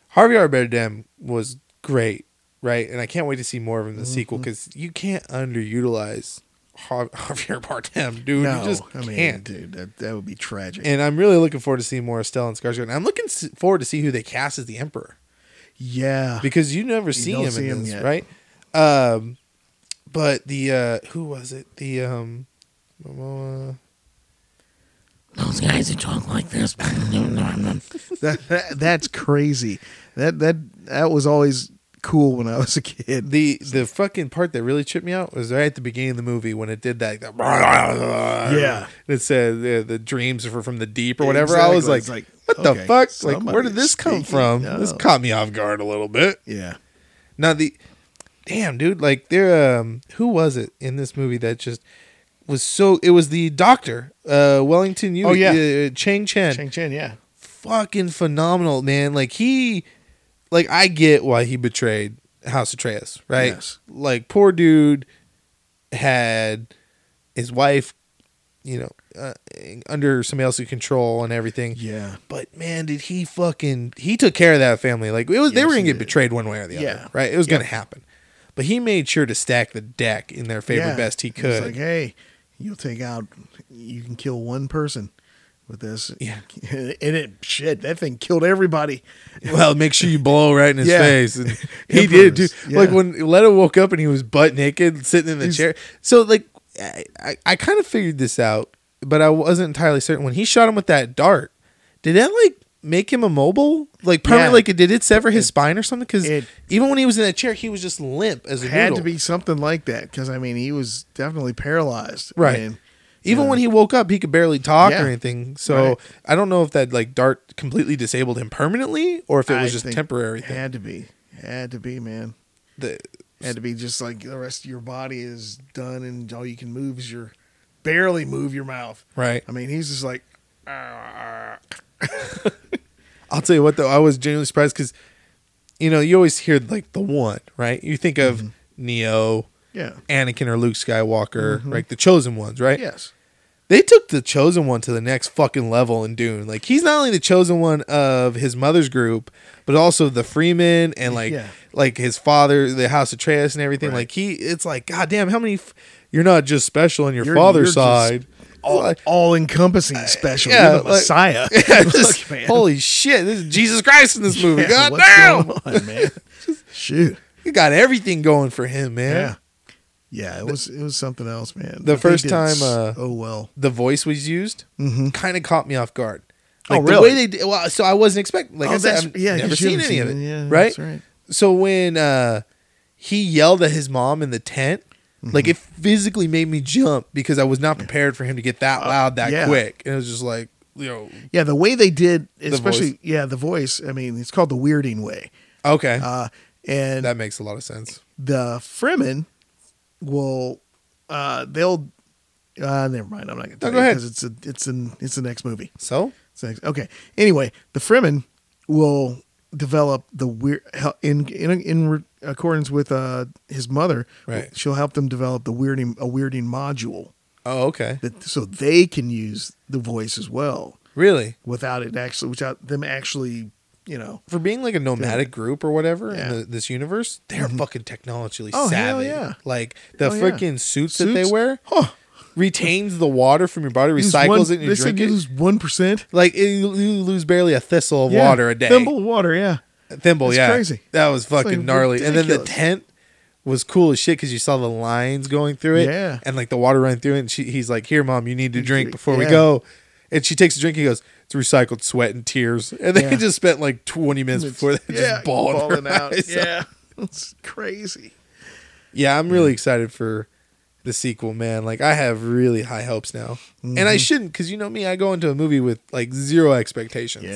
Harvey Arberdem was great, right? And I can't wait to see more of him in the Mm-hmm. sequel because you can't underutilize Har- [laughs] Harvey Arberdem, dude. no, you just I mean, can't. dude, that that would be tragic. And I'm really looking forward to seeing more of Stellan Skarsgård. And I'm looking s- forward to see who they cast as the Emperor yeah, because you never see don't him see in him this, yet. right? Um, but the uh, who was it? The um, Momoa. Those guys that talk like this. [laughs] that, that [laughs] that's crazy. That that that was always cool when I was a kid. the the fucking part that really tripped me out was right at the beginning of the movie when it did that. that Yeah. and it said uh, the dreams were from the deep or whatever. I was like, Exactly. It's like, what the okay, fuck? Like, where somebody's did this come speaking. from? This No. caught me off guard a little bit. Yeah. Now the damn dude, like there um who was it in this movie that just was so it was the doctor, uh Wellington Yu Oh, yeah. uh, Chang Chen. Chang Chen, yeah. Fucking phenomenal, man. Like he like I get why he betrayed House Atreus, right? Yes. Like poor dude had his wife, you know, uh, under somebody else's control and everything. Yeah. But man, did he fucking he took care of that family. Like it was they Yes, were gonna he get did. betrayed one way or the Yeah. other. Right? It was gonna happen. But he made sure to stack the deck in their favor Yeah. best he It's could. like, hey, you'll take out you can kill one person with this. Yeah. [laughs] And it shit, that thing killed everybody. well, make sure you blow right in his Yeah. face. [laughs] And he did too. Emperors. Yeah. Like when Leto woke up and he was butt naked sitting in the He's- chair. So like I, I, I kind of figured this out, but I wasn't entirely certain. When he shot him with that dart, did that like make him immobile? Like permanent, Yeah. like did it sever his spine or something? Because it- even when he was in that chair, he was just limp as a It had to noodle. be something like that because I mean he was definitely paralyzed. Right. And Even Yeah. when he woke up, he could barely talk Yeah. or anything. So Right. I don't know if that like dart completely disabled him permanently or if it was I just think temporary. it Thing. Had to be. Had to be, man. The- Had to be just like the rest of your body is done and all you can move is your barely move your mouth. right. I mean, he's just like I'll tell you what though, I was genuinely surprised because, you know, you always hear like the one, right? You think of Neo, Mm-hmm. Yeah. Mm-hmm. Anakin, or Luke Skywalker, right? The chosen ones, right? Yes. They took the chosen one to the next fucking level in Dune. Like he's not only the chosen one of his mother's group, but also the Freeman and like Yeah. like his father, the House Atreus, and everything. Right. Like he, it's like goddamn, how many? F- you're not just special on your You're- father's you're just side. All, Like- [laughs] uh, all encompassing special. yeah, You're the like- [laughs] Messiah. just- [laughs] Look, man. holy shit! This is Jesus Christ in this movie. [laughs] Yeah, God what's damn! [laughs] going on, man? Shoot. He got everything going for him, man. Yeah. Yeah, it was it was something else, man. the But they first did time, s- uh, oh well, The voice was used kind of caught me off guard. Oh, Like the really? way they did, well, so I wasn't expecting. Like Oh, I said, that's- I've yeah, never 'cause you seen haven't any of seen it. it. Yeah, right? that's right. So when uh, he yelled at his mom in the tent, Mm-hmm. like it physically made me jump because I was not prepared for him to get that loud that Uh, yeah. quick, and it was just like, you know, Yeah, the way they did, especially voice. yeah, the voice. I mean, it's called the weirding way. okay, Uh, and that makes a lot of sense. the Fremen will uh they'll uh never mind i'm not gonna tell go you ahead. because it's a it's in it's the next movie So it's the next, okay anyway the fremen will develop the weird hel- in in in re- accordance with uh his mother Right. she'll help them develop the weirding a weirding module Oh, okay. that so they can use the voice as well Really? without it actually without them actually you know For being like a nomadic group or whatever Yeah. Mm-hmm. in the, this universe, they're fucking technologically Oh, hell savvy. yeah. Like the Oh, yeah. freaking suits, that they Suits? wear huh retains the water from your body, Use recycles one- it, and you they said drink it. use one percent like it, you you lose barely a thistle of water a day. thimble of water yeah Thimble, It's yeah. crazy. That was like fucking gnarly. And then the ridiculous. tent was cool as shit because you saw the lines going through it. Yeah. And like the water running through it. And she, he's like, Here, mom, you need to drink drink- before we yeah. go. And she takes a drink. He goes, It's recycled sweat and tears. And they Yeah. just spent like 20 minutes before they just bawling, [laughs] balling out. out. Yeah, [laughs] it's crazy. Yeah, I'm really excited for the sequel, man. Like I have really high hopes now. And Mm-hmm. I shouldn't because you know me, I go into a movie with like zero expectations.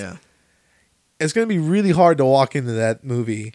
it's going to be really hard to walk into that movie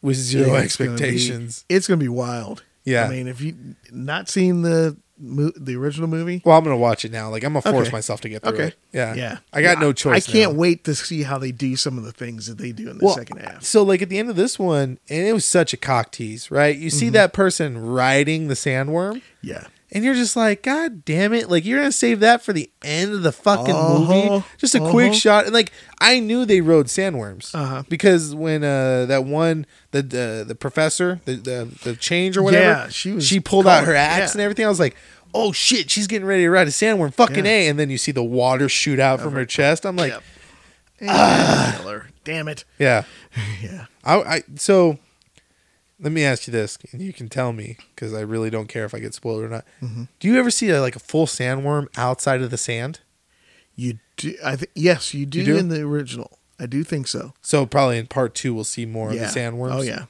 with zero Yeah, it's gonna be- expectations. It's gonna be wild. Yeah. I mean, if you not seen the mo- the original movie, well, I'm going to watch it now. Like I'm going to force Okay. myself to get through Okay. it. Yeah, yeah, I got no choice. I can't now. wait to see how they do some of the things that they do in the Well, second half. So like at the end of this one, and it was such a cock tease, right? You Mm-hmm. see that person riding the sandworm, Yeah, and you're just like, God damn it! Like you're gonna save that for the end of the fucking movie, Uh-huh. just a quick Uh-huh. shot. And like I knew they rode sandworms Uh-huh. because when uh that one the the, the professor the, the the change or whatever, Yeah, she was she pulled out her calling- axe yeah. and everything. I was like. Oh shit, she's getting ready to ride a sandworm. Fucking Yeah. A. And then you see the water shoot out from her chest. I'm like, Yep. Killer. damn it. Ah. yeah. Yeah, I, I so let me ask you this, and you can tell me because I really don't care if I get spoiled or not. Mm-hmm. Do you ever see a, like a full sandworm outside of the sand? you do. I think yes, you do, do? in the original. I do think so. So probably in part two we'll see more yeah. of the sandworms. Oh yeah.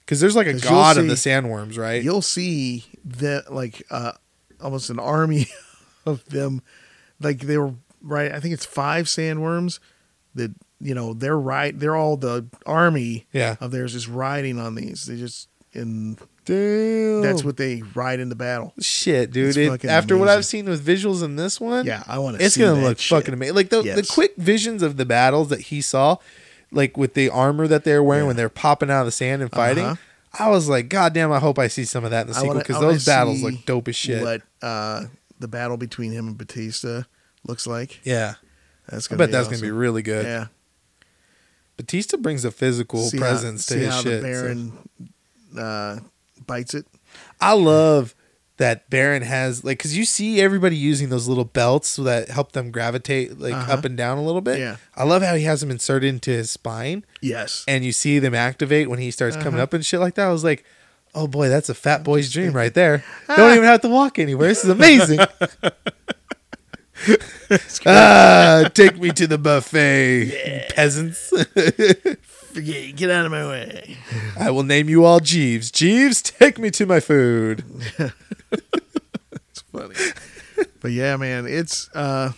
because there's like a 'Cause you'll god of the see- sandworms, right? you'll see that like uh almost an army [laughs] of them like they were right i think it's five sandworms that you know they're right they're all the army Yeah. of theirs is riding on these they just and Damn. that's what they ride into battle shit, dude. It's It- after fucking what amazing. I've seen with visuals in this one, yeah i want to it's gonna look fucking amazing. Like the the Yes. quick visions of the battles that he saw, like with the armor that they're wearing Yeah. when they're popping out of the sand and fighting. Uh-huh. I was like, God damn! I hope I see some of that in the sequel because those battles look dope as shit. what uh the battle between him and batista looks like Yeah, I that's gonna bet be that's awesome. gonna be really good. yeah Batista brings a physical See how- presence to see his how shit. the so- baron uh bites it I love that Baron has like because you see everybody using those little belts so that help them gravitate like Uh-huh. up and down a little bit. Yeah. I love how he has them inserted into his spine. yes and you see them activate when he starts coming up and shit like that. I was like, oh boy, that's a fat boy's dream right there. Don't even have to walk anywhere. This is amazing. [laughs] ah, take me to the buffet, peasants. [laughs] Yeah, get out of my way. I will name you all Jeeves. Jeeves, take me to my food. It's funny. but yeah, man, it's uh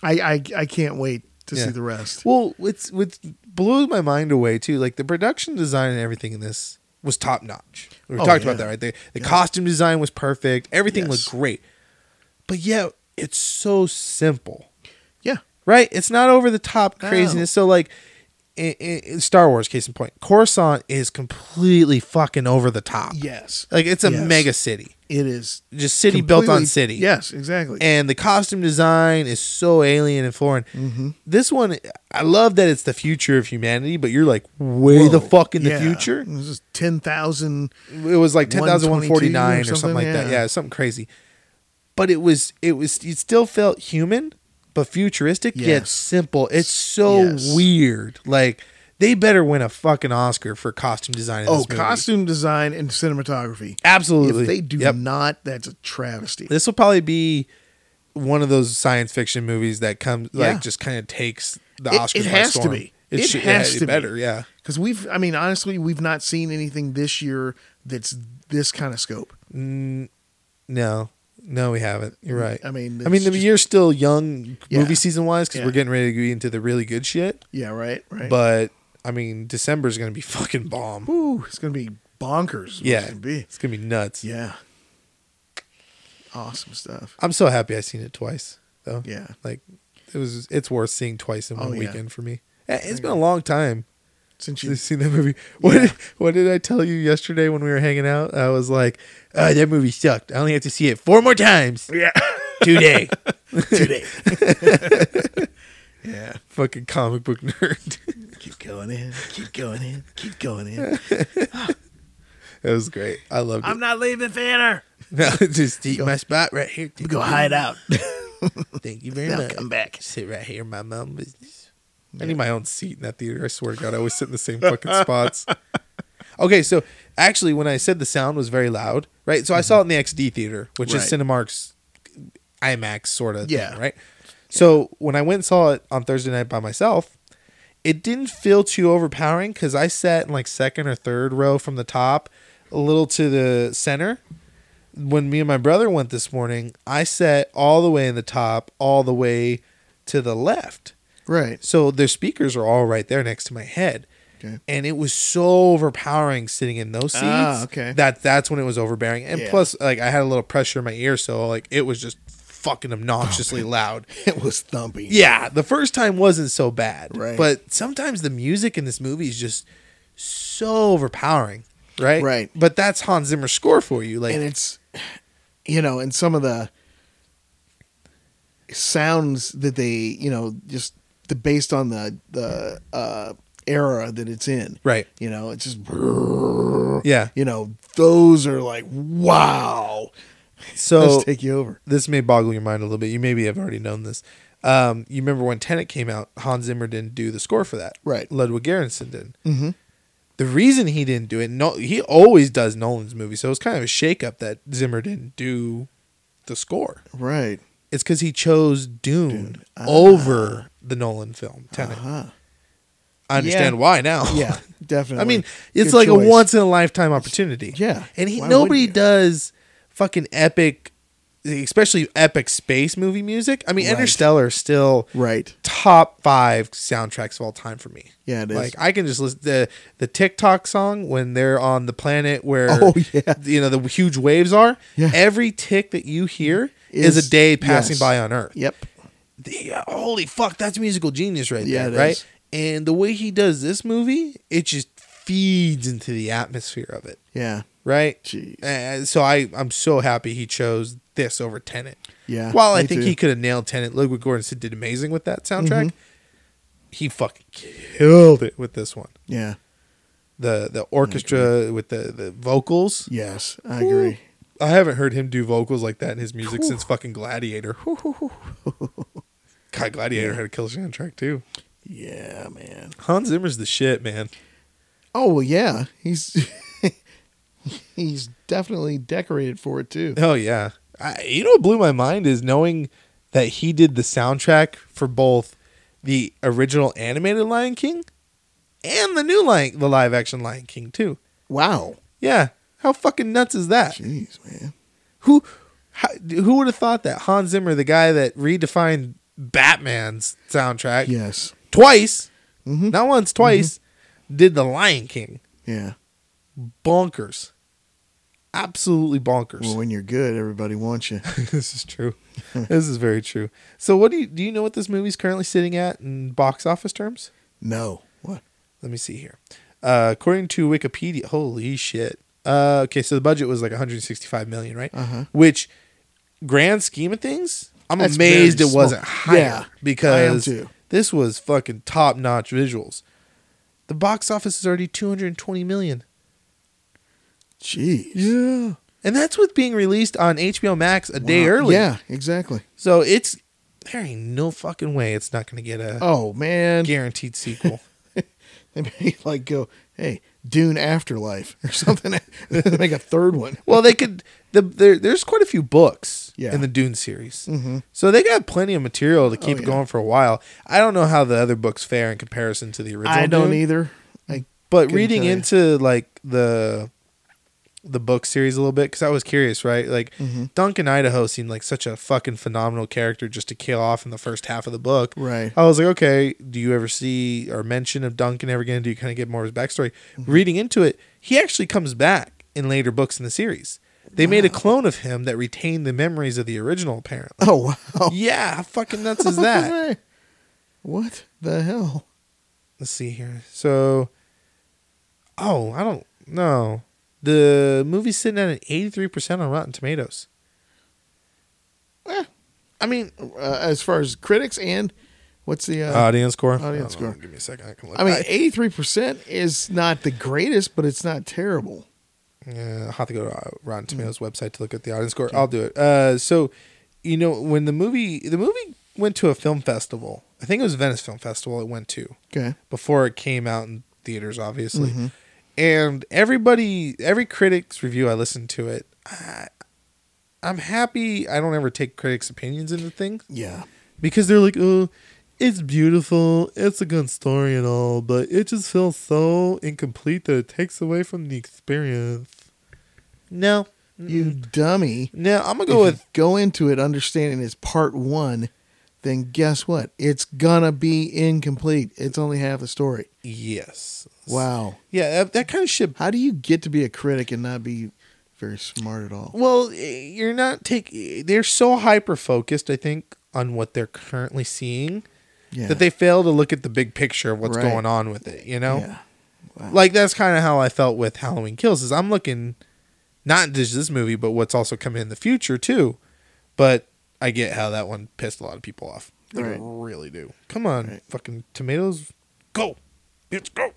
I I, I can't wait to Yeah. see the rest. Well, it's with blew my mind away too. Like the production design and everything in this was top notch. We Oh, talked yeah. about that, right? The, the costume design was perfect. Everything Yes. looked great, but yet it's so simple. Yeah. right? It's not over the top No. craziness. So like, in, in Star Wars, case in point, Coruscant is completely fucking over the top. Yes. Like it's a Yes. mega city, It is just city built on completely- city. Yes, exactly. And the costume design is so alien and foreign. Mm-hmm. This one, I love that it's the future of humanity, but you're like way Whoa. the fuck in the Yeah. future. This is ten thousand It was like ten thousand one forty nine or 122 or something like that. something, Yeah, yeah. something crazy. But it was it was it still felt human, but futuristic yet Yes. simple. It's so Yes. weird. Like they better win a fucking Oscar for costume design. In Oh, this movie. costume design and cinematography. Absolutely. If they do Yep. not, that's a travesty. This will probably be one of those science fiction movies that comes Yeah. like just kind of takes the It- Oscars. it by has to storm. be. It, It should- has yeah, to be. better. Yeah, Because we've, I mean, honestly, we've not seen anything this year that's this kind of scope. Mm, no, no, we haven't. You're right. Mm, I mean, I mean, it's the just- year's still young, Yeah. movie season wise, because Yeah. we're getting ready to be into the really good shit. Yeah, right, right. But I mean, December's gonna be [laughs] fucking bomb. Ooh, it's gonna be bonkers. is what yeah, it's gonna be. it's gonna be nuts. Yeah. Awesome stuff. I'm so happy I seen it twice though. Yeah. like it was. It's worth seeing twice in one Oh, yeah. weekend for me. Eh, It's been a long time. Since you, You've seen that movie. What did, what did I tell you yesterday when we were hanging out? I was like, uh, that movie sucked. I only have to see it four more times [laughs] yeah, [laughs] today. [laughs] today. yeah, Fucking comic book nerd. [laughs] keep going in, keep going in, keep going [laughs] in. it was great. I loved it. [laughs] I'm not leaving theater. Now just eat my spot right here. We go [laughs] hide out. [laughs] Thank you very They'll much. come back. Sit right here, my mom business. I need my own seat in that theater. I swear to God, I always sit in the [laughs] same fucking spots. Okay, so actually, when I said the sound was very loud, right? So I saw it in the XD theater, which is Right. Cinemark's IMAX sort of Yeah. thing, right? So when I went and saw it on Thursday night by myself, it didn't feel too overpowering because I sat in like second or third row from the top, a little to the center. When me and my brother went this morning, I sat all the way in the top, all the way to the left. Right. So their speakers are all right there next to my head. Okay. And it was so overpowering sitting in those seats. Ah, okay. That that's when it was overbearing. And Yeah. plus like I had a little pressure in my ear, so like it was just fucking Oh, obnoxiously loud. [laughs] It was thumping. Yeah, the first time wasn't so bad. Right. But sometimes the music in this movie is just so overpowering. Right? Right. But that's Hans Zimmer's score for you. Like and it's you know and some of the sounds that they you know just the based on the the uh era that it's in [laughs] Right. you know it's just Yeah. you know those are like wow So let's take you over this may boggle your mind a little bit. You maybe have already known this. Um, you remember when Tenet came out, Hans Zimmer didn't do the score for that. Right. Ludwig Göransson did. Mm-hmm. The reason he didn't do it, no, he always does Nolan's movie, so it was kind of a shakeup that Zimmer didn't do the score. right It's because he chose Dune, Ah. over the Nolan film Tenet. I understand why now. Uh-huh. yeah [laughs] definitely I mean, it's Good like choice. a once in a lifetime opportunity. Yeah. And he, Why nobody wouldn't does fucking epic, especially epic space movie music. I mean, Right. Interstellar is still right top five soundtracks of all time for me. Yeah, it is. Like I can just listen the the TikTok song when they're on the planet where Oh, [laughs] yeah. you know the huge waves are. Yeah. Every tick that you hear is, Is- a day passing yes. by on Earth yep the- uh, holy fuck, that's musical genius right Yeah, there, it right? is. And the way he does this movie, it just feeds into the atmosphere of it, yeah right? Jeez. And so I, I'm so happy he chose this over Tenet. Yeah, While I me think too. Mm-hmm. he could have nailed Tenet, Ludwig Gordon did amazing with that soundtrack. He fucking killed it with this one. yeah The the orchestra with the, the vocals. yes i agree I haven't heard him do vocals like that in his music since fucking Gladiator. [laughs] God, Gladiator had a killer soundtrack too. yeah man Hans Zimmer's the shit, man. Oh well, yeah, he's [laughs] he's definitely decorated for it too. Oh yeah. I, you know what blew my mind is knowing that he did the soundtrack for both the original animated Lion King and the new Lion, the live action Lion King too. Wow, Yeah. How fucking nuts is that? jeez, man. Who, how, who would have thought that Hans Zimmer, the guy that redefined Batman's soundtrack Yes, twice, Mhm. not once, twice, did the Lion King? yeah. Bonkers. Absolutely bonkers. Well, when you're good, everybody wants you. [laughs] this is true. this is very true. So, what do you do? You know what this movie's currently sitting at in box office terms? No, what? Let me see here. Uh, according to Wikipedia, holy shit. Uh, okay, so the budget was like 165 million, right? Uh-huh. Which, grand scheme of things, I'm That's amazed very it wasn't small. higher Yeah, I am because too. this was fucking top notch visuals. The box office is already 220 million. Jeez. Yeah. And that's with being released on HBO Max a day Wow. early. Yeah, exactly. So it's there ain't no fucking way it's not gonna get a Oh man, guaranteed sequel. [laughs] They may like go, hey, Dune Afterlife or [laughs] something. Make a third one. Well, they could. The, there, there's quite a few books Yeah. Mm-hmm. Oh, in the Dune series, so they got plenty of material to keep yeah. going for a while. I don't know how the other books fare in comparison to the original. I don't Dune, either. I But couldn't reading tell you. into like the the book series a little bit because I was curious, right? Like Mm-hmm. Duncan Idaho seemed like such a fucking phenomenal character just to kill off in the first half of the book. Right. I was like, okay, do you ever see or mention of Duncan ever again? Do you kind of get more of his backstory? Mm-hmm. Reading into it, he actually comes back in later books in the series. They made a clone of him that retained the memories of the original, apparently. [laughs] [laughs] Oh wow. yeah, how fucking nuts [laughs] is that? What the hell? Let's see here. So, oh, I don't know. The movie's sitting at an 83% on Rotten Tomatoes. Eh, I mean, uh, as far as critics and what's the uh, audience score. audience I don't know. score. Give me a second. I can look. I mean, eighty three percent is not the greatest, but it's not terrible. Yeah, I'll have to go to uh, Rotten Tomatoes website to look at the audience score. I'll do it. Uh, so, you know, when the movie the movie went to a film festival, I think it was Venice Film Festival. It went to Okay. before it came out in theaters, obviously. And everybody, every critic's review I listened to it, I, I'm happy. I don't ever take critics' opinions into things Yeah. because they're like, oh, it's beautiful, it's a good story and all, but it just feels so incomplete that it takes away from the experience. No, You dummy. no, I'm gonna If go you with go into it understanding it's part one, then guess what? It's gonna be incomplete. It's only half the story. yes. Wow. Yeah, that, that kind of shit. How do you get to be a critic and not be very smart at all? Well, eh, you're not take. eh, They're so hyper focused, I think, on what they're currently seeing Yeah. that they fail to look at the big picture of what's Right. going on with it. You know. Yeah. Wow. like that's kind of how I felt with Halloween Kills is I'm looking not just this movie but what's also coming in the future too. But I get how that one pissed a lot of people off. They Right. really do. Come on, Right. fucking tomatoes, go, bitch, go.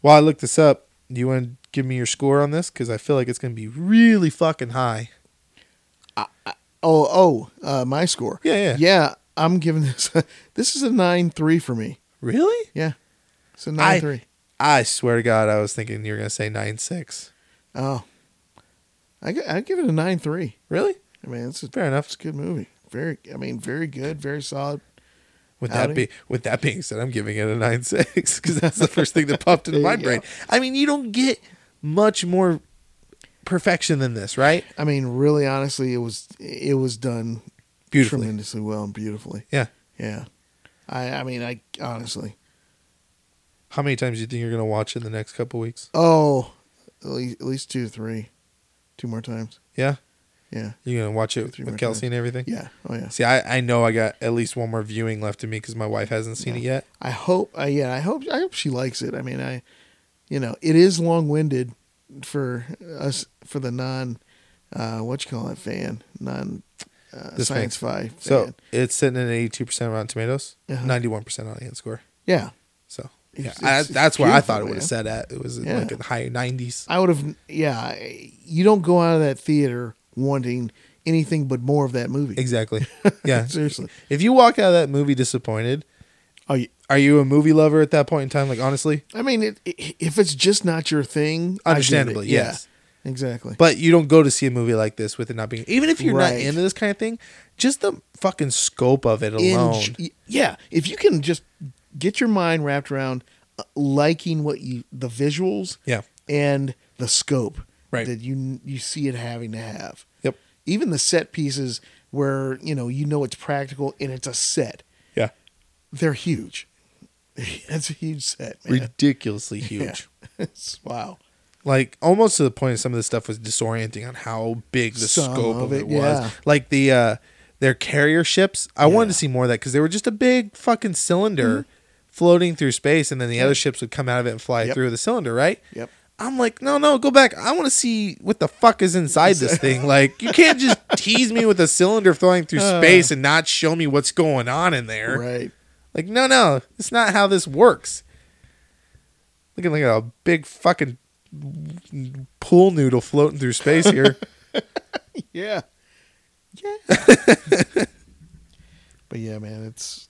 While I look this up, do you want to give me your score on this? Because I feel like it's going to be really fucking high. Oh, oh, uh, my score. Yeah, yeah. Yeah, I'm giving this. this is a nine three for me. Really? Yeah, it's a nine I- three. I swear to God, I was thinking you were going to say nine six. Oh, I gi- I give it a nine three. Really? I mean, it's a, Fair enough. it's a good movie. Very, I mean, very good, very solid. With that Howdy. be with that being said, I'm giving it a nine [laughs] six because that's the first thing that popped into There my you go. brain. I mean, you don't get much more perfection than this, right? I mean, really, honestly, it was it was done Beautifully. tremendously well and beautifully. Yeah. Yeah, I I mean, I honestly, How many times do you think you're gonna watch it in the next couple weeks? oh, at least, at least two, three, two more times. Yeah, Yeah, you're gonna watch it Three with more Kelsey and everything. yeah, oh yeah. See, I, I know I got at least one more viewing left in me because my wife hasn't seen it yet. I hope. I yeah. I hope. I hope she likes it. I mean, I, you know, it is long winded for us for the non, uh, what you call it, fan, non, uh, This science fi fan. So it's sitting at 82 percent Rotten Tomatoes, Uh-huh. 91 percent audience score. yeah, So yeah, It's- I, it's- that's it's where I beautiful, thought it would man. have set at. It was in, Yeah. like in the high [laughs] 90s. I would have. Yeah, I- you don't go out of that theater wanting anything but more of that movie. Exactly. [laughs] Yeah. Seriously. If you walk out of that movie disappointed, Oh, you- are you a movie lover at that point in time? Like honestly, I mean, it, i if it's just not your thing, I get it. Understandably, Yeah, yes. exactly. but you don't go to see a movie like this with it not being. Even if you're not Right. into this kind of thing, just the fucking scope of it alone. Enj- y- yeah, if you can just get your mind wrapped around uh, liking what you the visuals, Yeah. and the scope Right. that you you see it having to have. Yep. Even the set pieces where you know you know it's practical and it's a set, Yeah. they're huge. [laughs] That's a huge set, man. Ridiculously huge. Yeah. [laughs] It's- wow. Like almost to the point of some of the stuff was disorienting on how big the Some scope of of it, it, yeah. was. Like the uh their carrier ships. I wanted Yeah. Mm-hmm. to see more of that because they were just a big fucking cylinder floating through space and then the other ships would come out of it and fly Yep. through the cylinder, right? Yep. I'm like, no, no, go back. I want to see what the fuck is inside this [laughs] thing. Like, you can't just tease me with a cylinder flying through space and not show me what's going on in there. Uh. Right. Like, no, no, it's not how this works. Looking like a big fucking pool noodle floating through space [laughs] here. Yeah. Yeah. [laughs] but yeah, man, it's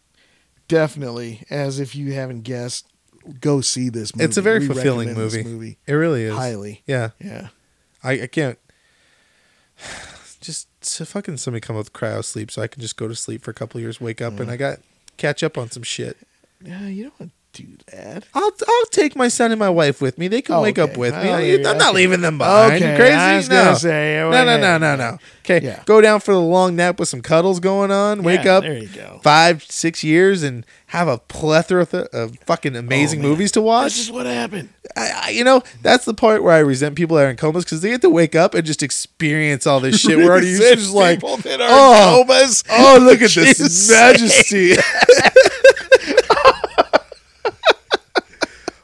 definitely as if you haven't guessed go see this movie. It's a very We fulfilling recommend movie. this movie It really is. highly. Yeah. Yeah. I, I can't. [sighs] Just so fucking somebody come up with cryo sleep so I can just go to sleep for a couple years, wake up, and Mm. I got catch up on some shit. Yeah, you don't want to do that. I'll I'll take my son and my wife with me. They can Oh, wake up okay. with me. Oh, I, yeah, am not okay. leaving them behind. You Okay, crazy? I was no. gonna say, no, well, no, no, yeah. no, no. Okay, Yeah. go down for the long nap with some cuddles going on. Wake Yeah, up. there you go. Five six years and have a plethora of, of fucking amazing Oh, man. movies to watch. That's just what happened. I, I, you know, that's the part where I resent people that are in comas because they get to wake up and just experience all this shit. We're [laughs] already used to Resent just like, people that are oh, in comas. [laughs] oh, look at this Jesus. [laughs] majesty.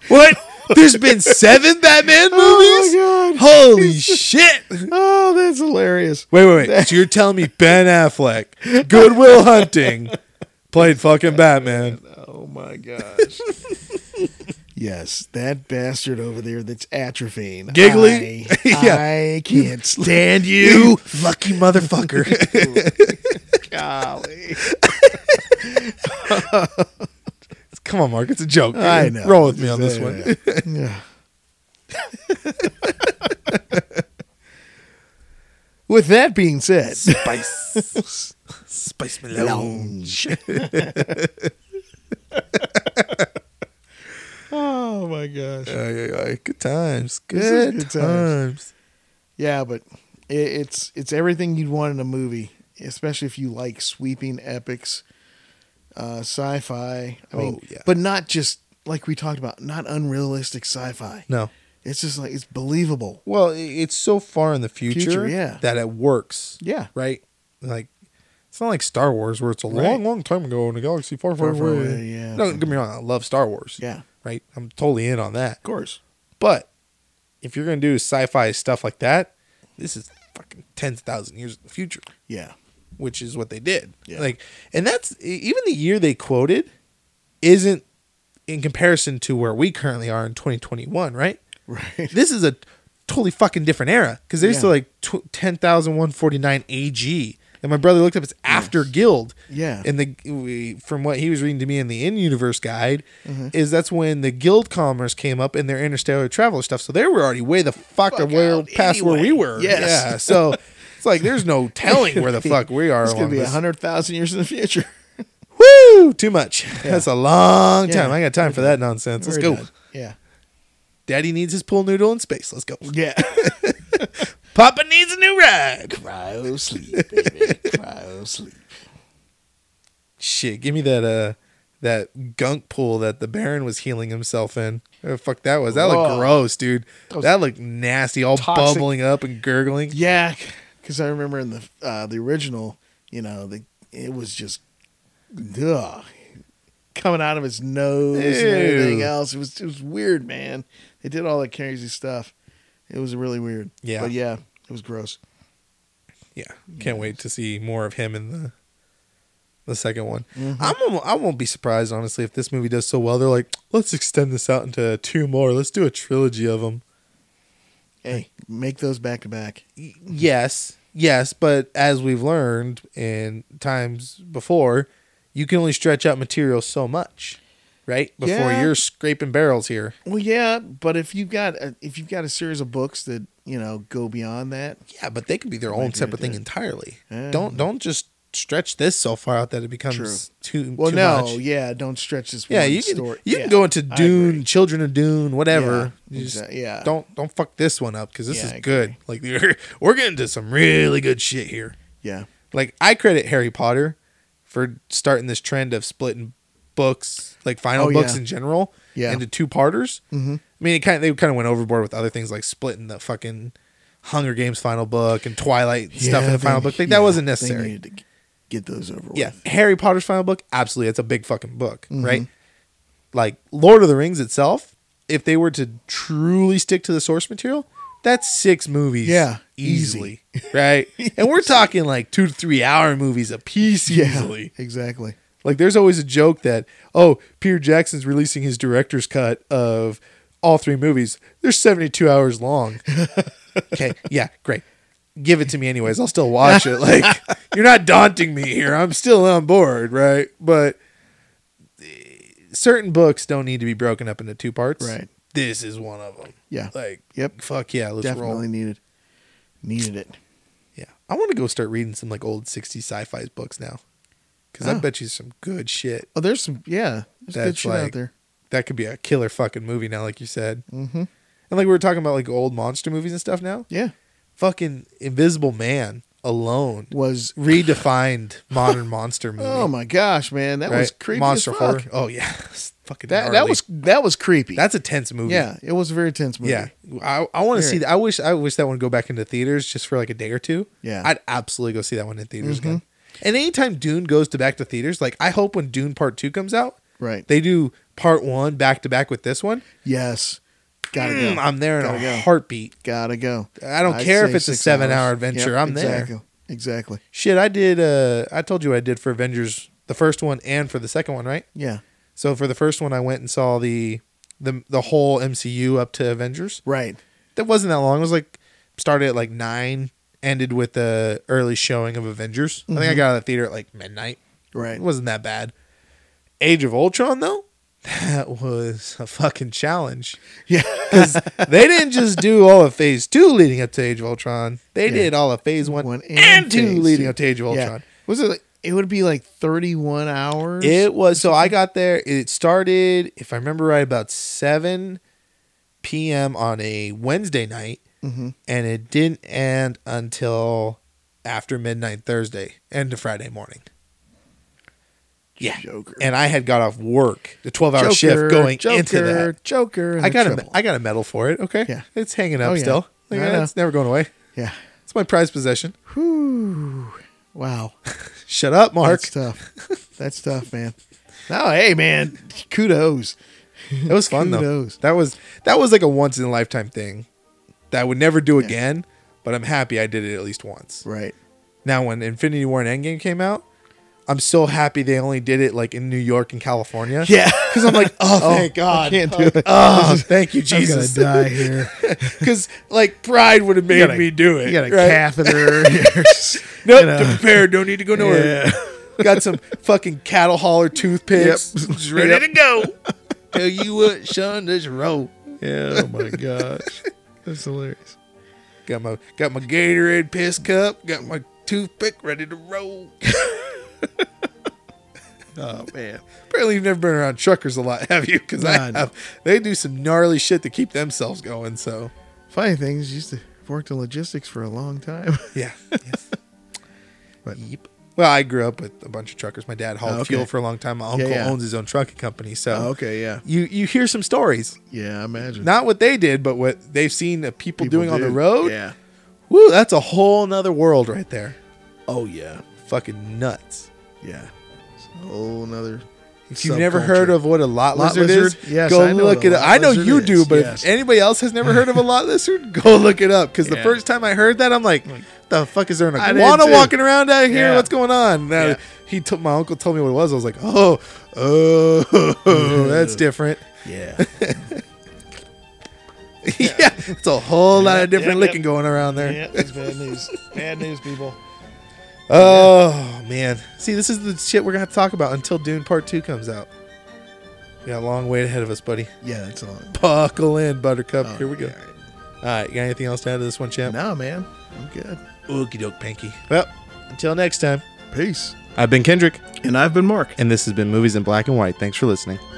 what? There's been seven Batman movies? Oh, my God. Holy shit. Oh, that's hilarious. Wait, wait, wait. So you're telling me Ben Affleck, Goodwill Hunting, played fucking Batman? Oh my gosh. [laughs] yes, that bastard over there that's atrophying. Giggly? [laughs] I, Yeah. I can't [laughs] stand you. You lucky motherfucker. [laughs] Golly. Come on, Mark. It's a joke. I know. Roll with me on this one. Yeah. [laughs] With that being said, Spice. [laughs] Spice Lounge. [laughs] oh my [laughs] gosh. Ay, ay, ay. Good times. This is Good, good times. times. Yeah, but it, it's it's everything you'd want in a movie, especially if you like sweeping epics, uh, sci-fi. I mean, Oh, yeah. but not just like we talked about, not unrealistic sci-fi. No. It's just like it's believable. Well, i- it's so far in the future, Future, yeah. that it works. Yeah. Right? Like, it's not like Star Wars where it's a Right. long, long time ago in a galaxy far, far, far, away. yeah. No, don't get me wrong. I love Star Wars. Yeah. Right? I'm totally in on that. Of course. But if you're going to do sci fi stuff like that, this is fucking 10,000 years in the future. [laughs] Yeah. which is what they did. Yeah. Like, and that's e, even the year they quoted isn't in comparison to where we currently are in 2021, right? [laughs] Right. This is a totally fucking different era because they're Yeah. still like tw- 10,149 AG. And my brother looked up, it's after Guild. Yeah. And the we, from what he was reading to me in the in universe guide, Mm-hmm. is that's when the Guild commerce came up and their interstellar traveler stuff. So they were already way the fuck, Fuck away out past where we anyway. were. Yes. Yeah. So it's like there's no telling [laughs] where the fuck we are. It's gonna along be this. hundred thousand years in the future. Woo! Too much. That's a long Yeah. time. I got time for that nonsense. Let's We're go. done. Yeah. Daddy needs his pool noodle in space. Let's go. Yeah. Papa needs a new ride. Cryo sleep, baby. Cryo sleep. Shit, give me that uh that gunk pool that the Baron was healing himself in. Oh, fuck that was. That looked Whoa. gross, dude. was That looked nasty, all toxic. bubbling up and gurgling. Yeah, because I remember in the uh, the original, you know, the it was just ugh, coming out of his nose and everything Ew. else. It was it was weird, man. They did all that crazy stuff. It was really weird. Yeah. but yeah, it was gross. Yeah. Can't wait to see more of him in the the second one. I'm almo- I won't be surprised honestly if this movie does so well. They're like, let's extend this out into two more. Let's do a trilogy of them. Hey, make those back to back. Y- yes, yes, but as we've learned in times before, you can only stretch out material so much, right? Before Yeah. you're scraping barrels here. Well, yeah, but if you've got a, if you've got a series of books that you know go beyond that, Yeah, but they could be their Might own be separate thing different. entirely. Yeah. Don't don't just stretch this so far out that it becomes True. too well, too no, much. yeah, don't stretch this. Yeah, one you can story. you Yeah, can go into I agree. Dune, Children of Dune, whatever. Yeah, You just exact- yeah. Don't don't fuck this one up because this Yeah, I is good. Like [laughs] we're we're getting to some really good shit here. Yeah, like I credit Harry Potter for starting this trend of splitting books, like final Oh, books yeah. in general, Yeah. into two parters. Mm-hmm. I mean, it kind of, they kind of went overboard with other things like splitting the fucking Hunger Games final book and Twilight stuff in Yeah, the final they- book. Like yeah, that wasn't they necessary. needed to g- get those over yeah, with. Harry Potter's final book, absolutely, it's a big fucking book, right? Like Lord of the Rings itself, if they were to truly stick to the source material. That's six movies, Yeah, easily, right? and we're talking like two to three hour movies a piece, easily. exactly. Like there's always a joke that oh Peter Jackson's releasing his director's cut of all three movies. They're 72 hours [laughs] long. okay, yeah, great. Give it to me anyways. I'll still watch it. Like [laughs] you're not daunting me here. I'm still on board, right? But eh, certain books don't need to be broken up into two parts. Right. This is one of them. Yeah. Like, Yep. fuck yeah, let's Definitely roll. needed. Needed it. Yeah. I want to go start reading some like old 60s sci-fi books now. Cuz I Oh. bet you some good shit. Oh, there's some yeah, there's good That's shit like- out there. That could be a killer fucking movie now like you said. Mm-hmm. And like we were talking about like old monster movies and stuff now. Yeah, Fucking Invisible Man alone was [laughs] redefined modern monster movie. oh my gosh, man, that was right? creepy. Monster as fuck. horror. Oh yeah. [laughs] It's fucking That that gnarly. was that was creepy. That's a tense movie. yeah, it was a very tense movie. Yeah, I, I want to Very. see that. I wish I wish that one would go back into theaters just for like a day or two. Yeah. Mm-hmm. I'd absolutely go see that one in theaters again. And anytime Dune goes to back to theaters, like I hope when Dune Part Two comes out, right. they do Part One back to back with this one. yes, gotta Mm, go. I'm there in Gotta a go. heartbeat. Gotta go. I don't I'd care say if it's a six seven hours. hour adventure. Yep, I'm exactly. there. Exactly. Shit, I did. Uh, I told you what I did for Avengers, the first one, and for the second one, right? Yeah. So for the first one, I went and saw the the the whole MCU up to Avengers. Right. that wasn't that long. It was like started at like nine, ended with the early showing of Avengers. I think I got out of the theater at like midnight. Right. It wasn't that bad. Age of Ultron though, [laughs] that was a fucking challenge. [laughs] Yeah. Because they didn't just do all of Phase Two leading up to Age of Ultron. They did all of Phase One, One and, and Two Phase leading Two. up to Age of Ultron. Was it? Like, it would be like 31 hours. It was so I got there. It started, if I remember right, about seven p.m. on a Wednesday night, Mhm. and it didn't end until after midnight Thursday and to Friday morning. Yeah, Joker. and I had got off work, the twelve-hour Joker, shift going Joker, into that. Joker. and I the got a, Triple. I got a medal for it. Okay, Yeah. it's hanging up Oh, yeah. still. Like, I eh, know. it's never going away. yeah. It's my prized possession. Whew. Wow. Shut up, Mark. That's tough. That's tough, man. No, hey, man. Kudos. It was fun though. Kudos. That was that was like a once in a lifetime thing that I would never do again. But I'm happy I did it at least once. Right. Now, when Infinity War and Endgame came out, I'm so happy they only did it like in New York and California. [laughs] [laughs] Yeah. because I'm like, oh, thank God. can't do it. Oh, [laughs] thank you, Jesus. I'm [laughs] gonna die here. Because like pride would have made got a- me do it. You got a right? [laughs] catheter. [laughs] Nope, you know. to prepare. Don't need to go nowhere. [laughs] Yeah. Got some fucking cattle hauler [laughs] toothpicks. Yep. Just ready to go. Tell you what, son, let's roll. yeah. Oh my gosh. That's hilarious. Got my got my Gatorade piss cup. Got my toothpick ready to roll. Oh man. Apparently, you've never been around truckers a lot, [laughs] have you? Because I Nah, have. no. They do some gnarly shit to keep themselves going. So Funny thing is, used to I've worked in logistics for a long time. [laughs] yeah. [laughs] Yes. But- Yep. Well, I grew up with a bunch of truckers. My dad hauled Oh, okay. fuel for a long time. My uncle yeah. Oh, owns his own trucking company. So okay. Yeah. you you hear some stories, Yeah. I imagine. not what they did, but what they've seen uh, people, People doing on the did. road. Yeah. Woo, that's a whole nother world right there. Oh yeah. Fucking nuts. Yeah. It's a whole nother. If you've never heard subculture. of what a lot, Lot lizard, lizard? is, Yes, go I know look what a it up. lot I know lizard you is, do, but yes. if anybody else has never [laughs] heard of a lot lizard, go look it up. Because the Yeah. first time I heard that, I'm like, the fuck is there an I did iguana too. walking around out here? Yeah. What's going on? Now, Yeah. He took my uncle told me what it was. I was like, oh, oh, [laughs] [laughs] that's different. yeah. [laughs] yeah. it's a whole lot of Yeah, different yeah, licking going around there. yeah. It's bad news. Bad news, people. Oh man, see, this is the shit we're gonna have to talk about until Dune Part Two comes out. We got a long wait ahead of us, buddy. Yeah. That's all. Buckle in, Buttercup. Oh, Here we go. yeah, all All right, you got anything else to add to this one, champ? No, man. I'm good. Okie doke, Pinky. Well, until next time. Peace. I've been Kendrick, And I've been Mark. and this has been Movies in Black and White. Thanks for listening.